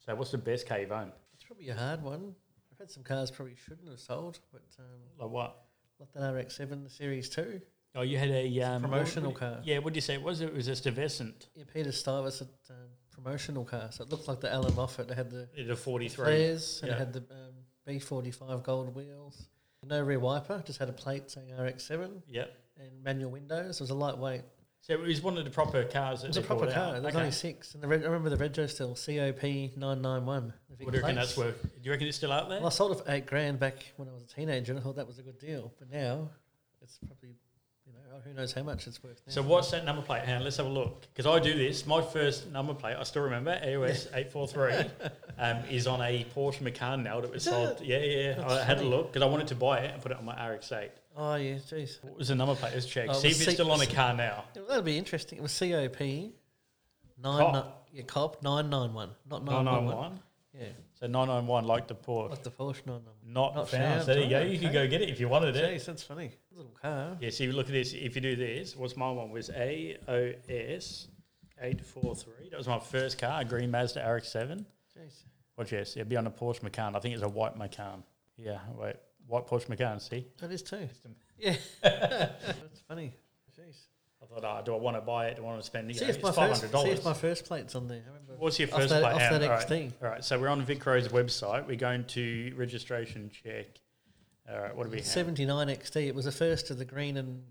So what's the best car you've owned? It's probably a hard one. I've had some cars probably shouldn't have sold, but um, Like what? like that RX-7 Series 2. Oh, you had a um, what- promotional what- car. Yeah, what would you say? it Was it It was a Stuyvesant? Yeah, Peter Stuyvesant um, promotional car. So it looked like the Alan Moffat. It had the It a forty-three. flares and yeah. it had the um, B45 gold wheels. No rear wiper, just had a plate saying RX-7 Yep. and manual windows. It was a lightweight. So it was one of the proper cars. That It was a they proper brought out. car. There's Okay. only six. And the red, I remember the Rego still, COP991. the big What do you reckon plates. that's worth? Do you reckon it's still out there? Well, I sold it for eight grand back when I was a teenager, and I thought that was a good deal. But now, it's probably, you know, oh, who knows how much it's worth. Now. So what's that number plate? Hang on, let's have a look. Because I do this. My first number plate, I still remember, AOS eight four three, um, is on a Porsche Macan now that was Is sold. Yeah, yeah. yeah. I had a look because I wanted to buy it and put it on my RX eight. Oh yeah, jeez. What was the number plate? Let's check. Oh, See it was if it's C- still on a car now. Yeah, well, that'll be interesting. It was COP nine Cop. ni- yeah, cop nine nine one, not Nine nine nine one. Yeah, So nine nine one, like the Porsche, like the Porsche nine nine not, Not found. found. So there you go. Oh, You can okay. go get it if you wanted one. it. Jeez, that's funny. Little car. Yeah. See, look at this. If you do this, what's my one was AOS eight four three. That was my first car, a green Mazda RX seven. Jeez. Watch this. It'll be on a Porsche Macan. I think it's a white Macan. Yeah, wait. White Porsche Macan, see? That is too. System. Yeah. that's funny. Jeez. I thought, ah, do I want to buy it? Do I want to spend you see know, if my it's first. $500? See if my first plate's on there. I remember. What's your off first that- plate? off out? that All right. XT. All right, so we're on Vic Road's website. We're going to registration check. All right, what do we have? Seventy nine XT. It was the first of the green and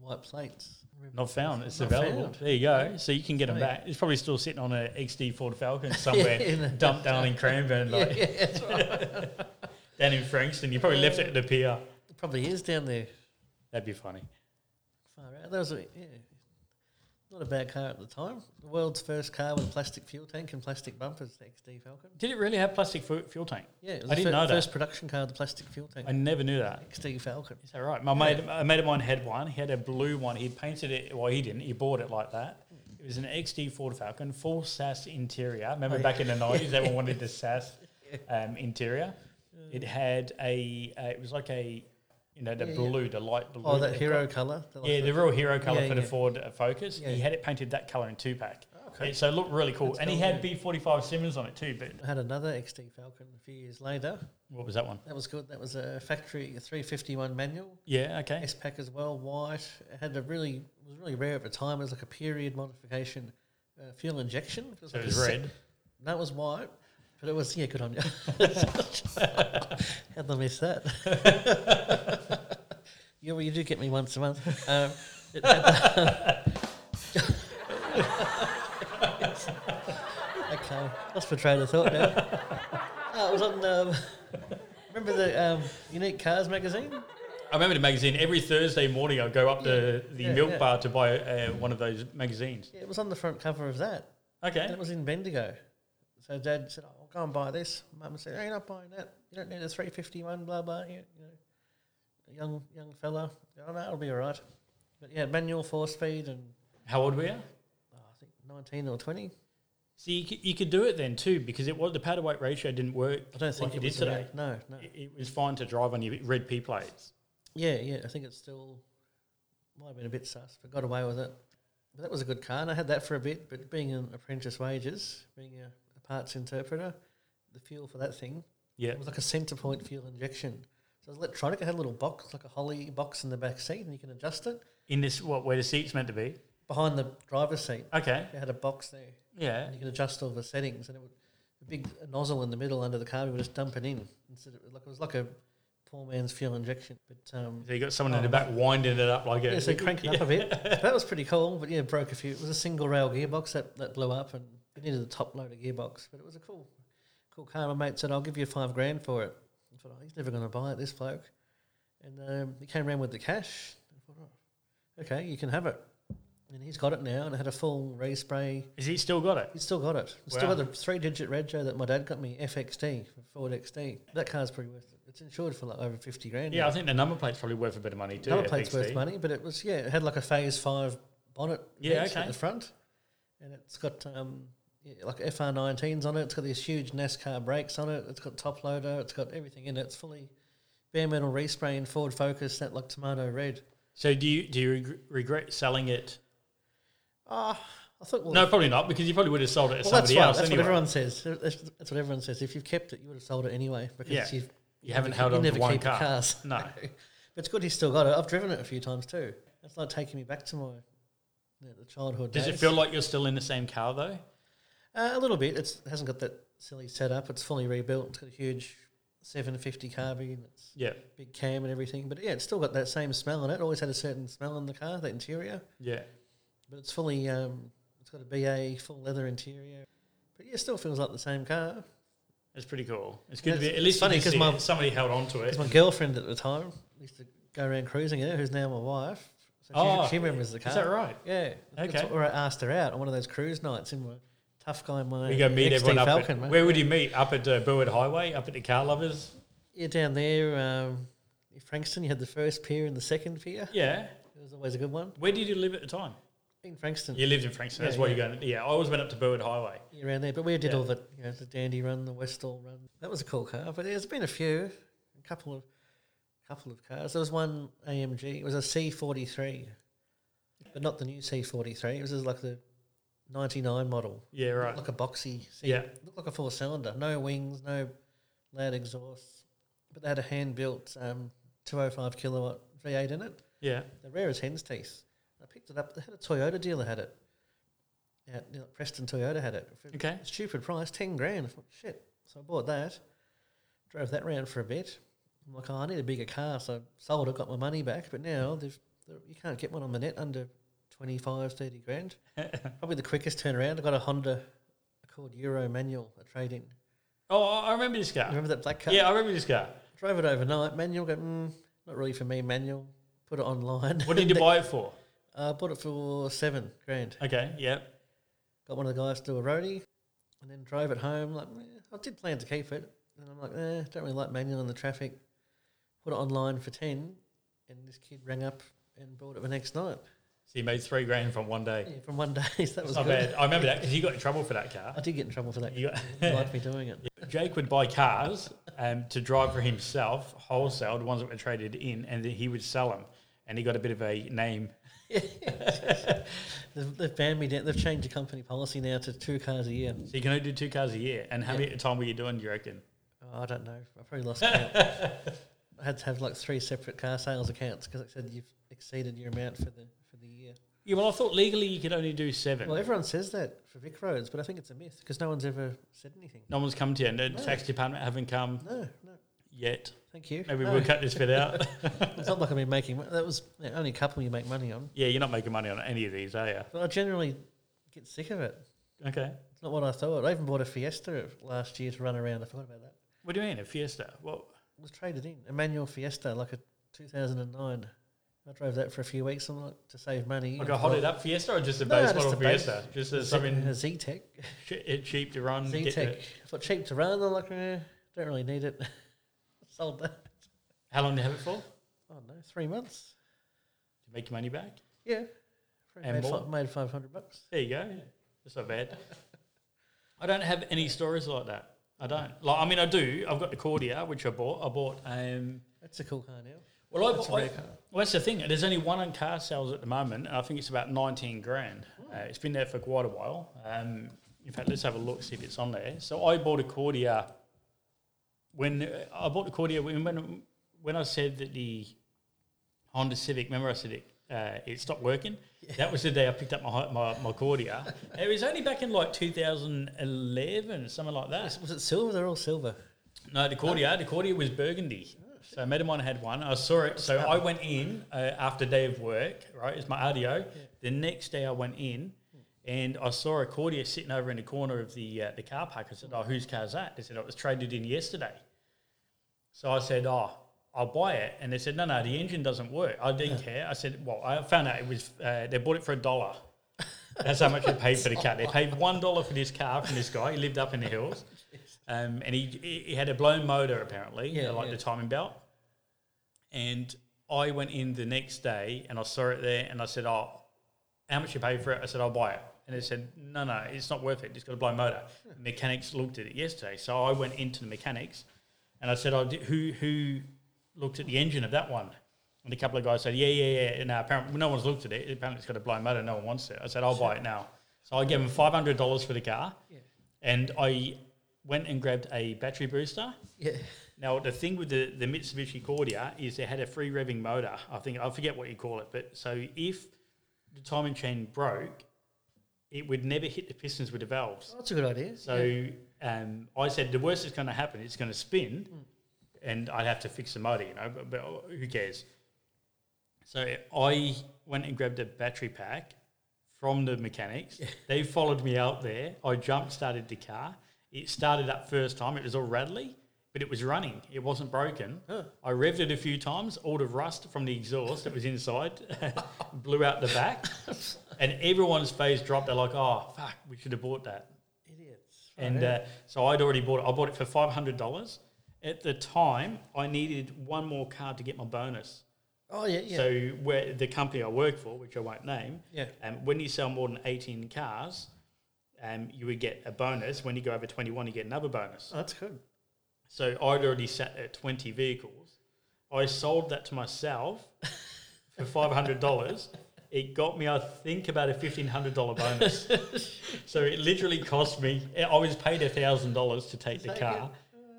white plates. I remember Not found. It's Not available. found. There you go. So you can get them Funny. back. It's probably still sitting on a XD Ford Falcon somewhere, in a- dumped down in Cranbourne, Yeah, like yeah, that's right. down in Frankston. You probably left it at the pier. It probably is down there. That'd be funny. Far out. That was a, yeah, not a bad car at the time. The world's first car with a plastic fuel tank and plastic bumpers, the XD Falcon. Did it really have plastic fu- fuel tank? Yeah, it was I the didn't know that. first production car with a plastic fuel tank. I never knew that. XD Falcon. Is that right? My mate, a mate of mine had one. He had a blue one. He painted it. Well, he didn't. He bought it like that. It was an XD Ford Falcon, full SAS interior. Remember Oh, yeah. back in the nineties, everyone wanted the SAS um, interior. It had a. Uh, it was like a, you know, the Yeah, yeah. blue, the light blue. Oh, that It hero got- colour. the- like yeah, the real hero color Yeah, for the yeah. Ford uh, Focus. He Yeah. had it painted that color in two pack. Oh, Okay. So it looked really cool. That's and he cool, had yeah. B45 Simmons on it too. But I had another XD Falcon a few years later. what was that one? That was good. That was a factory 351 manual. Yeah. Okay. S pack as well, white. It had a really it was really rare at the time. It was like a period modification uh, fuel injection. It was So like it a was se- red. That was white, but it was yeah, good on you. How'd I miss that? yeah, well, you do get me once a month. Um, it had the- okay, lost my train of thought now. Oh, it was on. Um, remember the um, Unique Cars magazine? I remember the magazine. Every Thursday morning, I'd go up to the Yeah, milk yeah. bar to buy uh, one of those magazines. Yeah, it was on the front cover of that. And Okay. it was in Bendigo. So Dad said, "Oh, I'll go and buy this." Mum said, "Hey, you're not buying that. You don't need a three fifty one. Blah blah. You, you know, a young young fella. Oh no, it'll be all right." But yeah, manual four speed and How old were you? oh, I think nineteen or twenty. See, you could, you could do it then too because it was the powder weight ratio didn't work. I don't think like it, it was is today. around- No, no. It, it was fine to drive on your red P plates. Yeah, yeah. I think it's still might have been a bit sus, but got away with it. But that was a good car, and I had that for a bit. But being an apprentice wages, being a, a parts interpreter, the fuel for that thing Yeah. it was like a centre point fuel injection. So it was electronic. It had a little box, like a holly box in the back seat, and you can adjust it In this, what, where the seat's meant to be. behind the driver's seat. Okay. It had a box there, Yeah. and you can adjust all the settings. And it would a big nozzle in the middle under the car. We would just dump it in instead of like it was like a poor man's fuel injection. But um, So you got someone in the back winding it up like a. yeah, so cranking up a bit. That was pretty cool, but yeah, it broke a few. It was a single rail gearbox that, that blew up, and it needed a top loader gearbox. But it was a cool, cool car. My mate said, "I'll give you five grand for it." I thought, oh, "He's never going to buy it, this bloke." And um, he came around with the cash. I thought, oh, okay, you can have it. And he's got it now, and it had a full respray. Has he still got it? He's still got it. It's Still Wow. got the three-digit rego that my dad got me, FXD, Ford XD. That car's pretty worth it. It's insured for like over fifty grand. Yeah, now. I think the number plate's probably worth a bit of money too. Another plate's worth FXD. money, but it was yeah, it had like a phase five bonnet. Yeah, at okay. the front, and it's got um yeah, like FR19s on it. It's got these huge NASCAR brakes on it. It's got top loader. It's got everything in it. It's fully bare metal respray and Ford Focus that like tomato red. So do you do you reg- regret selling it? Ah, I thought well, No, probably not because you probably would have sold it to well, that's somebody right. else That's anyway. what everyone says. That's, that's what everyone says. If you've kept it, you would have sold it anyway because Yeah. you've, You haven't never- held you on to never one keep your car. Cars. No. But it's good he's still got it. I've driven it a few times too. It's like taking me back to my you know, the childhood Does days. it feel like you're still in the same car though? Uh, a little bit. It's, it hasn't got that silly setup. It's fully rebuilt. It's got a huge 750 carby and it's Yeah, big cam and everything. But yeah, it's still got that same smell in it. Always had a certain smell in the car, the interior. yeah. But it's fully, um, it's got a BA full leather interior. But yeah, it still feels like the same car. It's pretty cool. It's good to be It's- at it's least funny funny 'cause because my- somebody held on to it. Because my girlfriend at the time used to go around cruising in it, who's now my wife. So she, Oh, she remembers the car. Is that right? Yeah. That's Okay. where I asked her out on one of those cruise nights in my tough guy my We go meet XT everyone up. Falcon, at, mate. where would you meet? Up at uh, Burwood Highway, up at the car lovers. Yeah, down there, um, in Frankston, you had the first pier and the second pier. Yeah. It was always a good one. Where did you live at the time? In Frankston, You lived in Frankston. That's Yeah, why yeah. you're going. Yeah, I always went up to Burwood Highway. yeah, around there. But we did Yeah. all the, you know, the Dandy Run, the Westall Run. That was a cool car. But there's been a few, a couple of, couple of cars. There was one AMG. It was a C43, but not the new C43. It was just like the 99 model. Yeah, right. Like a boxy. seat. Yeah. Looked like a four cylinder. No wings, no loud exhaust. But they had a hand built um, 205 kilowatt V8 in it. Yeah. They're rare as hen's teeth. I picked it up. They had a Toyota dealer had it. Yeah, you know, Preston Toyota had it. For Okay. a Stupid price, 10 grand. I thought, shit. So I bought that, drove that round for a bit. I'm like, oh, I need a bigger car. So I sold it, got my money back. But now they've, they're- you can't get one on the net under 25, 30 grand. Probably the quickest turnaround. I got a Honda called Euro manual, a trade in. Oh, I I remember this car. Remember that black car? Yeah, I remember this car. Drove it overnight. Manual, go, mm, not really for me, manual. Put it online. What did you buy it for? I bought it for seven grand. Okay. Yeah. Got one of the guys to do a roadie, and then drove it home. Like eh, I did plan to keep it, and I'm like, eh, don't really like manual in the traffic. Put it online for ten, and this kid rang up and bought it the next night. So you made three grand from one day. Yeah, from one day, so that was Not good. bad. I remember that because you got in trouble for that car. I did get in trouble for that. You He got, liked me doing it. Jake would buy cars um, to drive for himself, wholesale, the ones that were traded in, and then he would sell them. And he got a bit of a name. They've, they've banned me down. They've changed the company policy now to two cars a year. So you can only do two cars a year. And how many at a time were you doing, do you reckon? Oh, I don't know. I probably lost count. I had to have like three separate car sales accounts because I said you've exceeded your amount for the for the year. Yeah, well, I thought legally you could only do seven. Well, everyone says that for Vic Roads, but I think it's a myth because no one's ever said anything. no one's come to you. No, the tax department haven't come No, no, yet. thank you. Maybe No, we'll cut this bit out. It's not like I've been making. mo- That was the only couple you make money on. yeah, you're not making money on any of these, are you? But I generally get sick of it. Okay. It's not what I thought. I even bought a Fiesta last year to run around. I forgot about that. What do you mean, a Fiesta? Well, It was traded in a manual Fiesta, like a 2009. I drove that for a few weeks. I'm like to save money. like a hotted up Fiesta or just a Mm, No, base just model a base. Fiesta? Just as A something Z Tech. ch- it cheap to run. Z get Tech. the- I thought cheap to run. I'm like, eh, don't really need it. Sold that. How long do you have it for? I don't know, three months. To make your money back? Yeah. And made, more. fi- made 500 bucks. There you go. That's not bad. I don't have any stories like that. I don't. Like, I mean, I do. I've got the Cordia, which I bought. I bought. Um, That's a cool car now. Well, I, That's a I- rare car. well, that's the thing. There's only one on car sales at the moment, and I think it's about 19 grand. Uh, it's been there for quite a while. Um, in fact, let's have a look, see if it's on there. So I bought a Cordia. When uh, I bought the Cordia, when when, when I said that the Honda Civic, remember I said it, uh, it stopped working? That was the day I picked up my, Hon- my, my Cordia. it was only back in like 2011, something like that. Was it silver? They're all silver. No, the Cordia. The Cordia was burgundy. So mate of mine had one. I saw it. So I went in uh, after day of work. Right, it's my RDO. The next day I went in, and I saw a Cordia sitting over in the corner of the uh, the car park. I said, "Oh, whose car's that?" They said, oh, "It was traded in yesterday." So I said, "Oh, I'll buy it." And they said, "No, no, the engine doesn't work." I didn't care. I said, "Well, I found out it was uh, they bought it for a dollar." That's how much they paid for the car. They paid one dollar for this car from this guy. He lived up in the hills, um, and he- he he had a blown motor apparently, Yeah, like yeah. the timing belt. And I went in the next day and I saw it there, and I said, "Oh, how much you pay for it?" I said, "I'll buy it." And they said, "No, no, it's not worth it. It's got a blown motor." The mechanics looked at it yesterday, so I went into the mechanics, and I said, "Oh, di- who who looked at the engine of that one?" And a couple of guys said, "Yeah, yeah, yeah." And uh, apparently, no one's looked at it. Apparently, it's got a blown motor. No one wants it. I said, "I'll buy it now." So I gave them five hundred dollars for the car, and I went and grabbed a battery booster. Yeah. Now the thing with the, the Mitsubishi Cordia is they had a free revving motor. I think I forget what you call it, but so if the timing chain broke, it would never hit the pistons with the valves. Oh, that's a good idea. So um, I said the worst that's going to happen, it's going to spin, and I'd have to fix the motor, you know. But, but who cares? So I went and grabbed a battery pack from the mechanics. They followed me out there. I jump started the car. It started up first time. It was all rattly, but it was running. It wasn't broken. I revved it a few times. All the rust from the exhaust that was inside blew out the back, and everyone's face dropped. They're like, "Oh fuck, we should have bought that." Idiots. And uh, so I'd already bought it. I bought it for five hundred dollars. At the time, I needed one more car to get my bonus. Oh yeah, yeah. So where the company I work for, which I won't name, Yeah. um, when you sell more than eighteen cars, um, you would get a bonus. When you go over twenty-one, you get another bonus. Oh, that's good. So I'd already sat at twenty vehicles. I sold that to myself for five hundred dollars. It got me, I think, about a fifteen hundred dollar bonus. so it literally cost me. I was paid thousand dollars to take the Take car,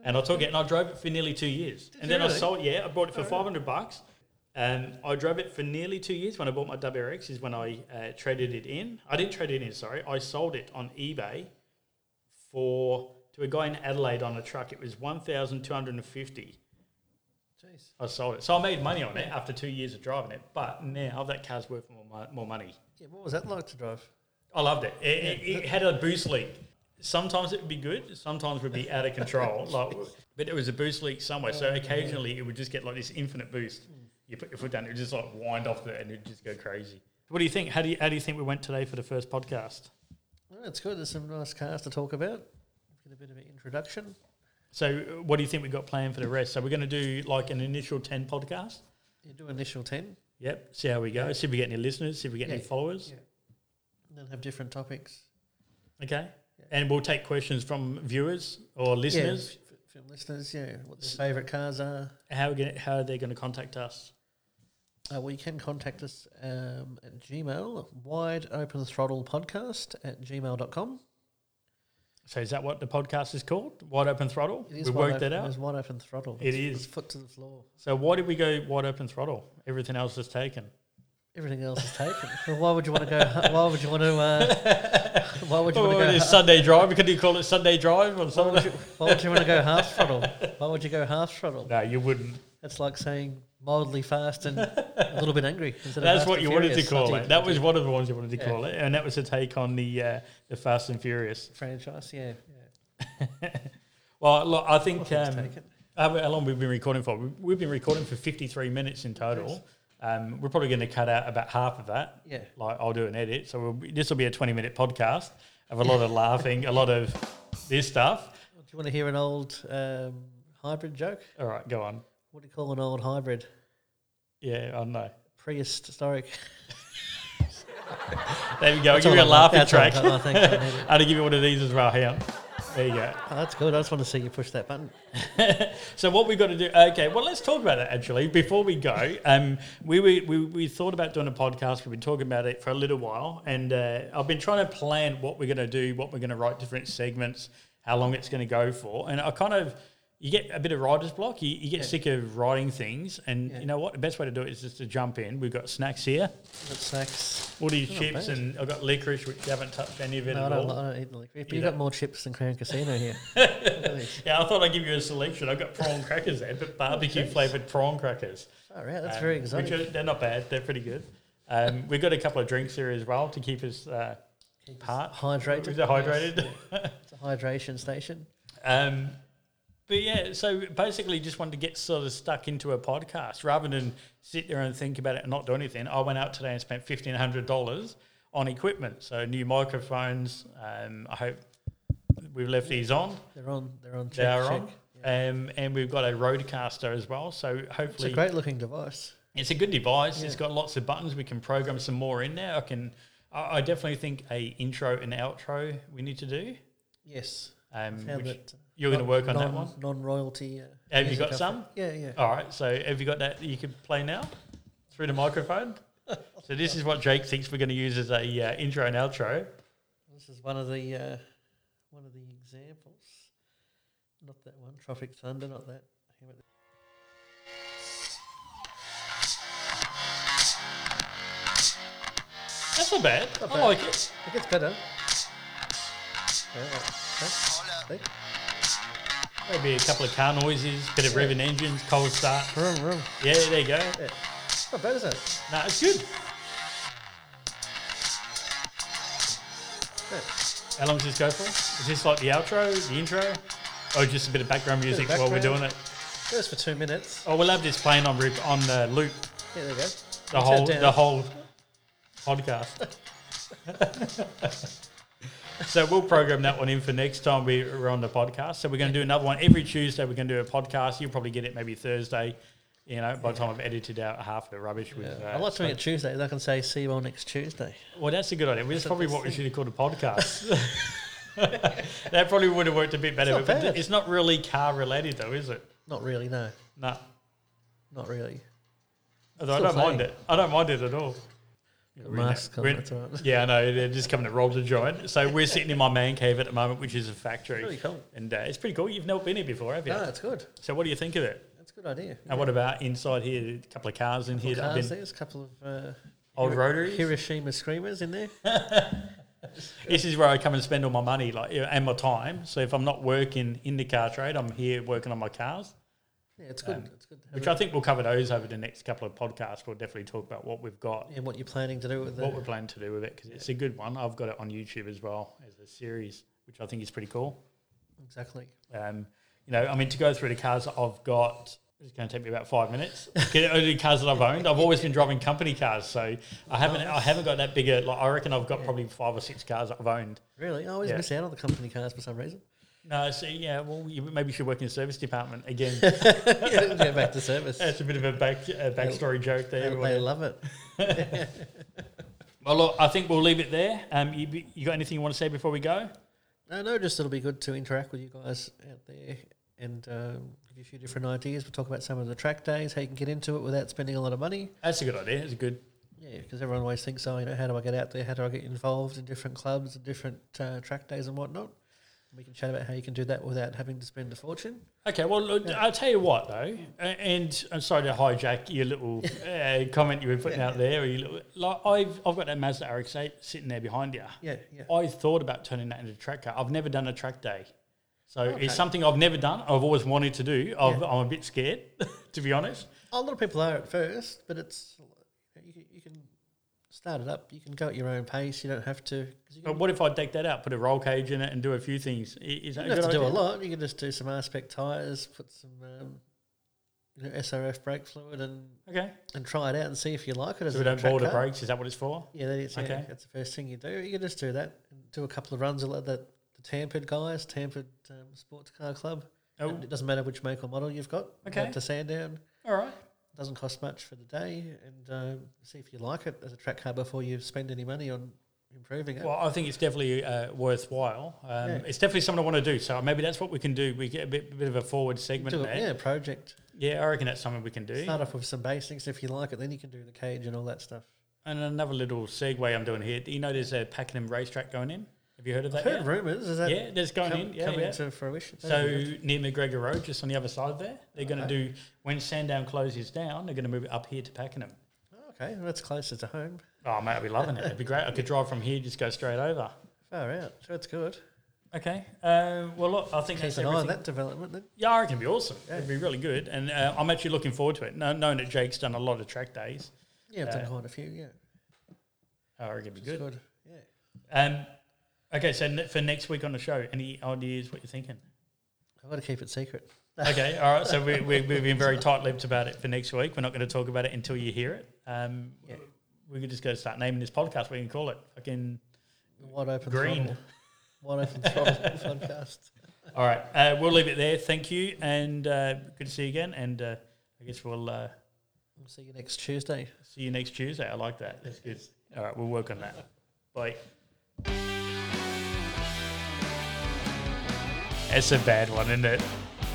and I took it and I drove it for nearly two years. you and then I really? sold. Yeah, I bought it for five hundred bucks. Um, I drove it for nearly two years. When I bought my WRX, is when I uh, traded it in. I didn't trade it in. Sorry, I sold it on eBay for to a guy in Adelaide on a truck. It was one thousand two hundred and fifty. Jeez. I sold it. So I made money on it after two years of driving it. But now that car's worth more, mo- more money. Yeah. What was that like to drive? I loved it. It, it, it had a boost leak. Sometimes it would be good, sometimes it would be out of control. like, but it was a boost leak somewhere. So occasionally it would just get like this infinite boost. You put your foot down, it would just like wind off the, and it would just go crazy. What do you think? How do you, how do you think we went today for the first podcast? Well, that's good. There's some nice cars to talk about. Get a bit of an introduction. So uh, what do you think we got planned for the rest? So we're going to do like an initial 10 podcast. You do initial ten, Yep. See how we go. See if we get any listeners, see if we get any Yeah. followers. Yeah. and then have different topics. Okay. And we'll take questions from viewers or listeners. yeah, f- f- from listeners. Yeah, what their favourite cars are. How are, gonna, how are they going to contact us? Uh, well, you can contact us um, at Gmail, wide open throttle podcast at gmail.com. So is that what the podcast is called? Wide Open Throttle? It is We wide worked that open- It out. is wide open throttle. It It's- is. It's foot to the floor. So why did we go Wide Open Throttle? Everything else is taken. Everything else is taken. well, why would you want to go? Why would you want to? Uh, why would you Oh, want to go? it's Sunday Drive. Could you call it Sunday Drive or Why would, something? you, why would you want to go half throttle? Why would you go half throttle? No, you wouldn't. That's like saying mildly fast and a little bit angry. instead of That's fast what and you wanted to furious. call I it. did. That was one of the ones you wanted to Yeah. call it, and that was a take on the uh, the Fast and Furious. franchise. Yeah, yeah. Well, look, I think Nothing's um, taken. how how long we've been recording for? We- We've been recording for fifty three minutes in total. Um, we're probably going to cut out about half of that. yeah. like I'll do an edit. So we'll, this will be a 20 minute podcast of a lot of laughing, a lot of this stuff. Do you want to hear an old um, hybrid joke? All right, go on. What do you call an old hybrid? Yeah, I know. Oh, Prehistoric. There we go. That's give you all a I've got. laughing That's all track. I've got. I think I need it. I'll give you one of these as well. Hang on. There you go. Oh, that's good. I just want to see you push that button. so what we've got to do okay well let's talk about it actually before we go um, we, we, we, we thought about doing a podcast we've been talking about it for a little while and uh, i've been trying to plan what we're going to do what we're going to write different segments how long it's going to go for and i kind of you get a bit of writer's block you, you get sick of writing things and Yeah. you know what the best way to do it is just to jump in we've got snacks here Got snacks. all these Oh, chips bad. and i've got licorice which you haven't touched any of it No, I at don't, all li- I don't eat liquor. But You you've got don't- more chips than Crown Casino here. yeah, I thought I'd give you a selection. I've got prawn crackers there, but barbecue flavoured prawn crackers. All right, that's Um, very which exotic. are- they're not bad. They're pretty good. Um, we've got a couple of drinks here as well to keep us uh, part Hydrated. Is it hydrated? It's a hydration station. um, but yeah, so basically, just wanted to get sort of stuck into a podcast rather than sit there and think about it and not do anything. I went out today and spent fifteen hundred dollars on equipment, so new microphones. Um, I hope we've left these on. They're on. They're on. Check, They are check. on. Um, and we've got a Rodecaster as well, so It's a hopefully great looking device. It's a good device. It's Yeah. got lots of buttons. We can program some more in there. I can. I, I definitely think a intro and outro we need to do. Yes. Um, Found which that you're going to non- work on that non- one. Non-royalty. Uh, Have you music got outfit. some? Oh. Yeah, yeah. All right. So have you got that you can play now through the microphone? so this is what Jake thinks we're going to use as a uh, intro and outro. This is one of the uh, one of the examples. Not that one. Tropic Thunder. Not that. Hang on. That's not bad. I bad. like it. It gets better. Yeah, right. Okay. See? Maybe a couple of car noises, bit of revving engines, cold start. Vroom, vroom. Yeah, there you go. Yeah. Not bad, is it? No, it's good. Yeah. How long does this go for? Is this like the outro, the intro, or just a bit of background music while we're doing background. it? Goes for two minutes. Oh, we'll have this playing on rip on the loop Yeah, there you go. the Mix that whole down. the whole podcast. so we'll program that one in for next time we- we're on the podcast. So we're going to do another one every Tuesday. We're going to do a podcast. You'll probably get it maybe Thursday. You know, by the time I've edited out half of the rubbish with. Yeah. I Uh, like so- doing it Tuesday. They can say, see you all next Tuesday. Well, that's a good idea. That's a- probably what we should have called a podcast. that probably would have worked a bit better. It's not but bad. it's not really car related, though, is it? Not really, no. No. Not really. Although I Still don't mind playing. it. I don't mind it at all. We're in mask that- on, we're in- that's all right. Yeah, I know. They're just coming to rob the joint. So we're sitting in my man cave at the moment, which is a factory. Pretty cool. And uh, it's pretty cool. You've never been here before, have you? No, it's good. So what do you think of it? That's a good idea. And what about inside here? A couple of cars in here. that have Cars, been- there's a couple of uh, Old Hiro- rotaries? Hiroshima screamers in there. This is where I come and spend all my money like yeah, and my time. So if I'm not working in the car trade, I'm here working on my cars. Yeah, it's good. Um, it's good. to have Which a- I think we'll cover those over the next couple of podcasts. We'll definitely talk about what we've got, and what you're planning to do with what we're the, planning to do with it, because it's a good one. I've got it on YouTube as well as a series, which I think is pretty cool. exactly. Um, you know, I mean, to go through the cars that I've got, it's going to take me about five minutes. 'Cause Only the cars that I've owned. I've always been driving company cars, so I haven't. I haven't got that bigger. Like, I reckon I've got probably five or six cars that I've owned. Really, I always Yeah. miss out on the company cars for some reason. No, so yeah, well, you maybe you should work in the service department again. yeah, go back to service. That's a bit of a back a backstory joke They, there. they wasn't it? love it. Well, look, I think we'll leave it there. Um, you, you got anything you want to say before we go? No, no, just it'll be good to interact with you guys out there and um, give you a few different ideas. We'll talk about some of the track days, how you can get into it without spending a lot of money. That's a good idea. It's a good. Yeah, because everyone always thinks, oh, you know, how do I get out there? How do I get involved in different clubs and different uh, track days and whatnot? We can chat about how you can do that without having to spend a fortune. Okay, well, look, I'll tell you what though, a- and I'm sorry to hijack your little uh, comment you were putting out there. Or your little, like, I've I've got that Mazda RX-8 sitting there behind you. Yeah, yeah. I thought about turning that into a track car. I've never done a track day, so Okay. it's something I've never done. I've always wanted to do. I've, Yeah. I'm a bit scared, to be honest. A lot of people are at first, but it's you can, you can start it up. You can go at your own pace. You don't have to. 'cause you But can, what if I take that out, put a roll cage in it, and do a few things? I- Is that you don't have to do a idea? lot. You can just do some aspect tires, put some um, you know, SRF brake fluid, and Okay, and try it out and see if you like it. as so we a don't track bore the car. brakes. Is that what it's for? Yeah, that is. Yeah, Okay. That's the first thing you do. You can just do that. and Do a couple of runs. Like that the Tampered guys, Tampered um, Sports Car Club. Oh. And It doesn't matter which make or model you've got. Okay. Out to Sandown. Oh, All right. Doesn't cost much for the day, and um, see if you like it as a track car before you spend any money on improving it. Well, I think it's definitely uh, worthwhile. Um, Yeah. It's definitely something I want to do. So maybe that's what we can do. We get a bit, bit of a forward segment Do there. a, yeah, a project. Yeah. I reckon that's something we can do. Start off with some basics. If you like it, then you can do the cage and all that stuff. And another little segue I'm doing here. You know, there's a Pakenham racetrack going in. Have you heard of I've that? heard yet? rumours. Is that yeah, that's going come- in. Yeah, coming yeah. to fruition? So near McGregor Road, just on the other side there, they're going to Okay. do when Sandown closes down, they're going to move it up here to Pakenham. okay, well, that's closer to home. Oh mate, I'd be loving it. It'd be great. I could drive from here, just go straight over. Far out. So it's good. Okay. Uh, well, look, I think Keep that's an eye on everything. that development. Then. Yeah, I reckon it'd be awesome. Yeah. It'd be really good, and uh, I'm actually looking forward to it. Kno- Knowing that Jake's done a lot of track days, Yeah, I've Uh, done quite a few. Yeah, Oh, I reckon it'd be it's good. good. Yeah. Um, okay, so ne- for next week on the show, any ideas what you're thinking? I've got to keep it secret. Okay, all right. So we, we, we've been very tight-lipped about it for next week. We're not going to talk about it until you hear it. Um, Yeah. We could just go start naming this podcast. We can call it fucking. Wide open Green. throttle. Wide open throttle podcast. All right, uh, we'll leave it there. Thank you, and uh, good to see you again. And uh, I guess we'll uh, We'll see you next Tuesday. see you next Tuesday. I like that. That's good. All right, we'll work on that. Bye. That's a bad one, isn't it?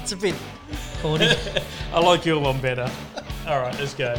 It's a bit corny. I like your one better. All right, let's go.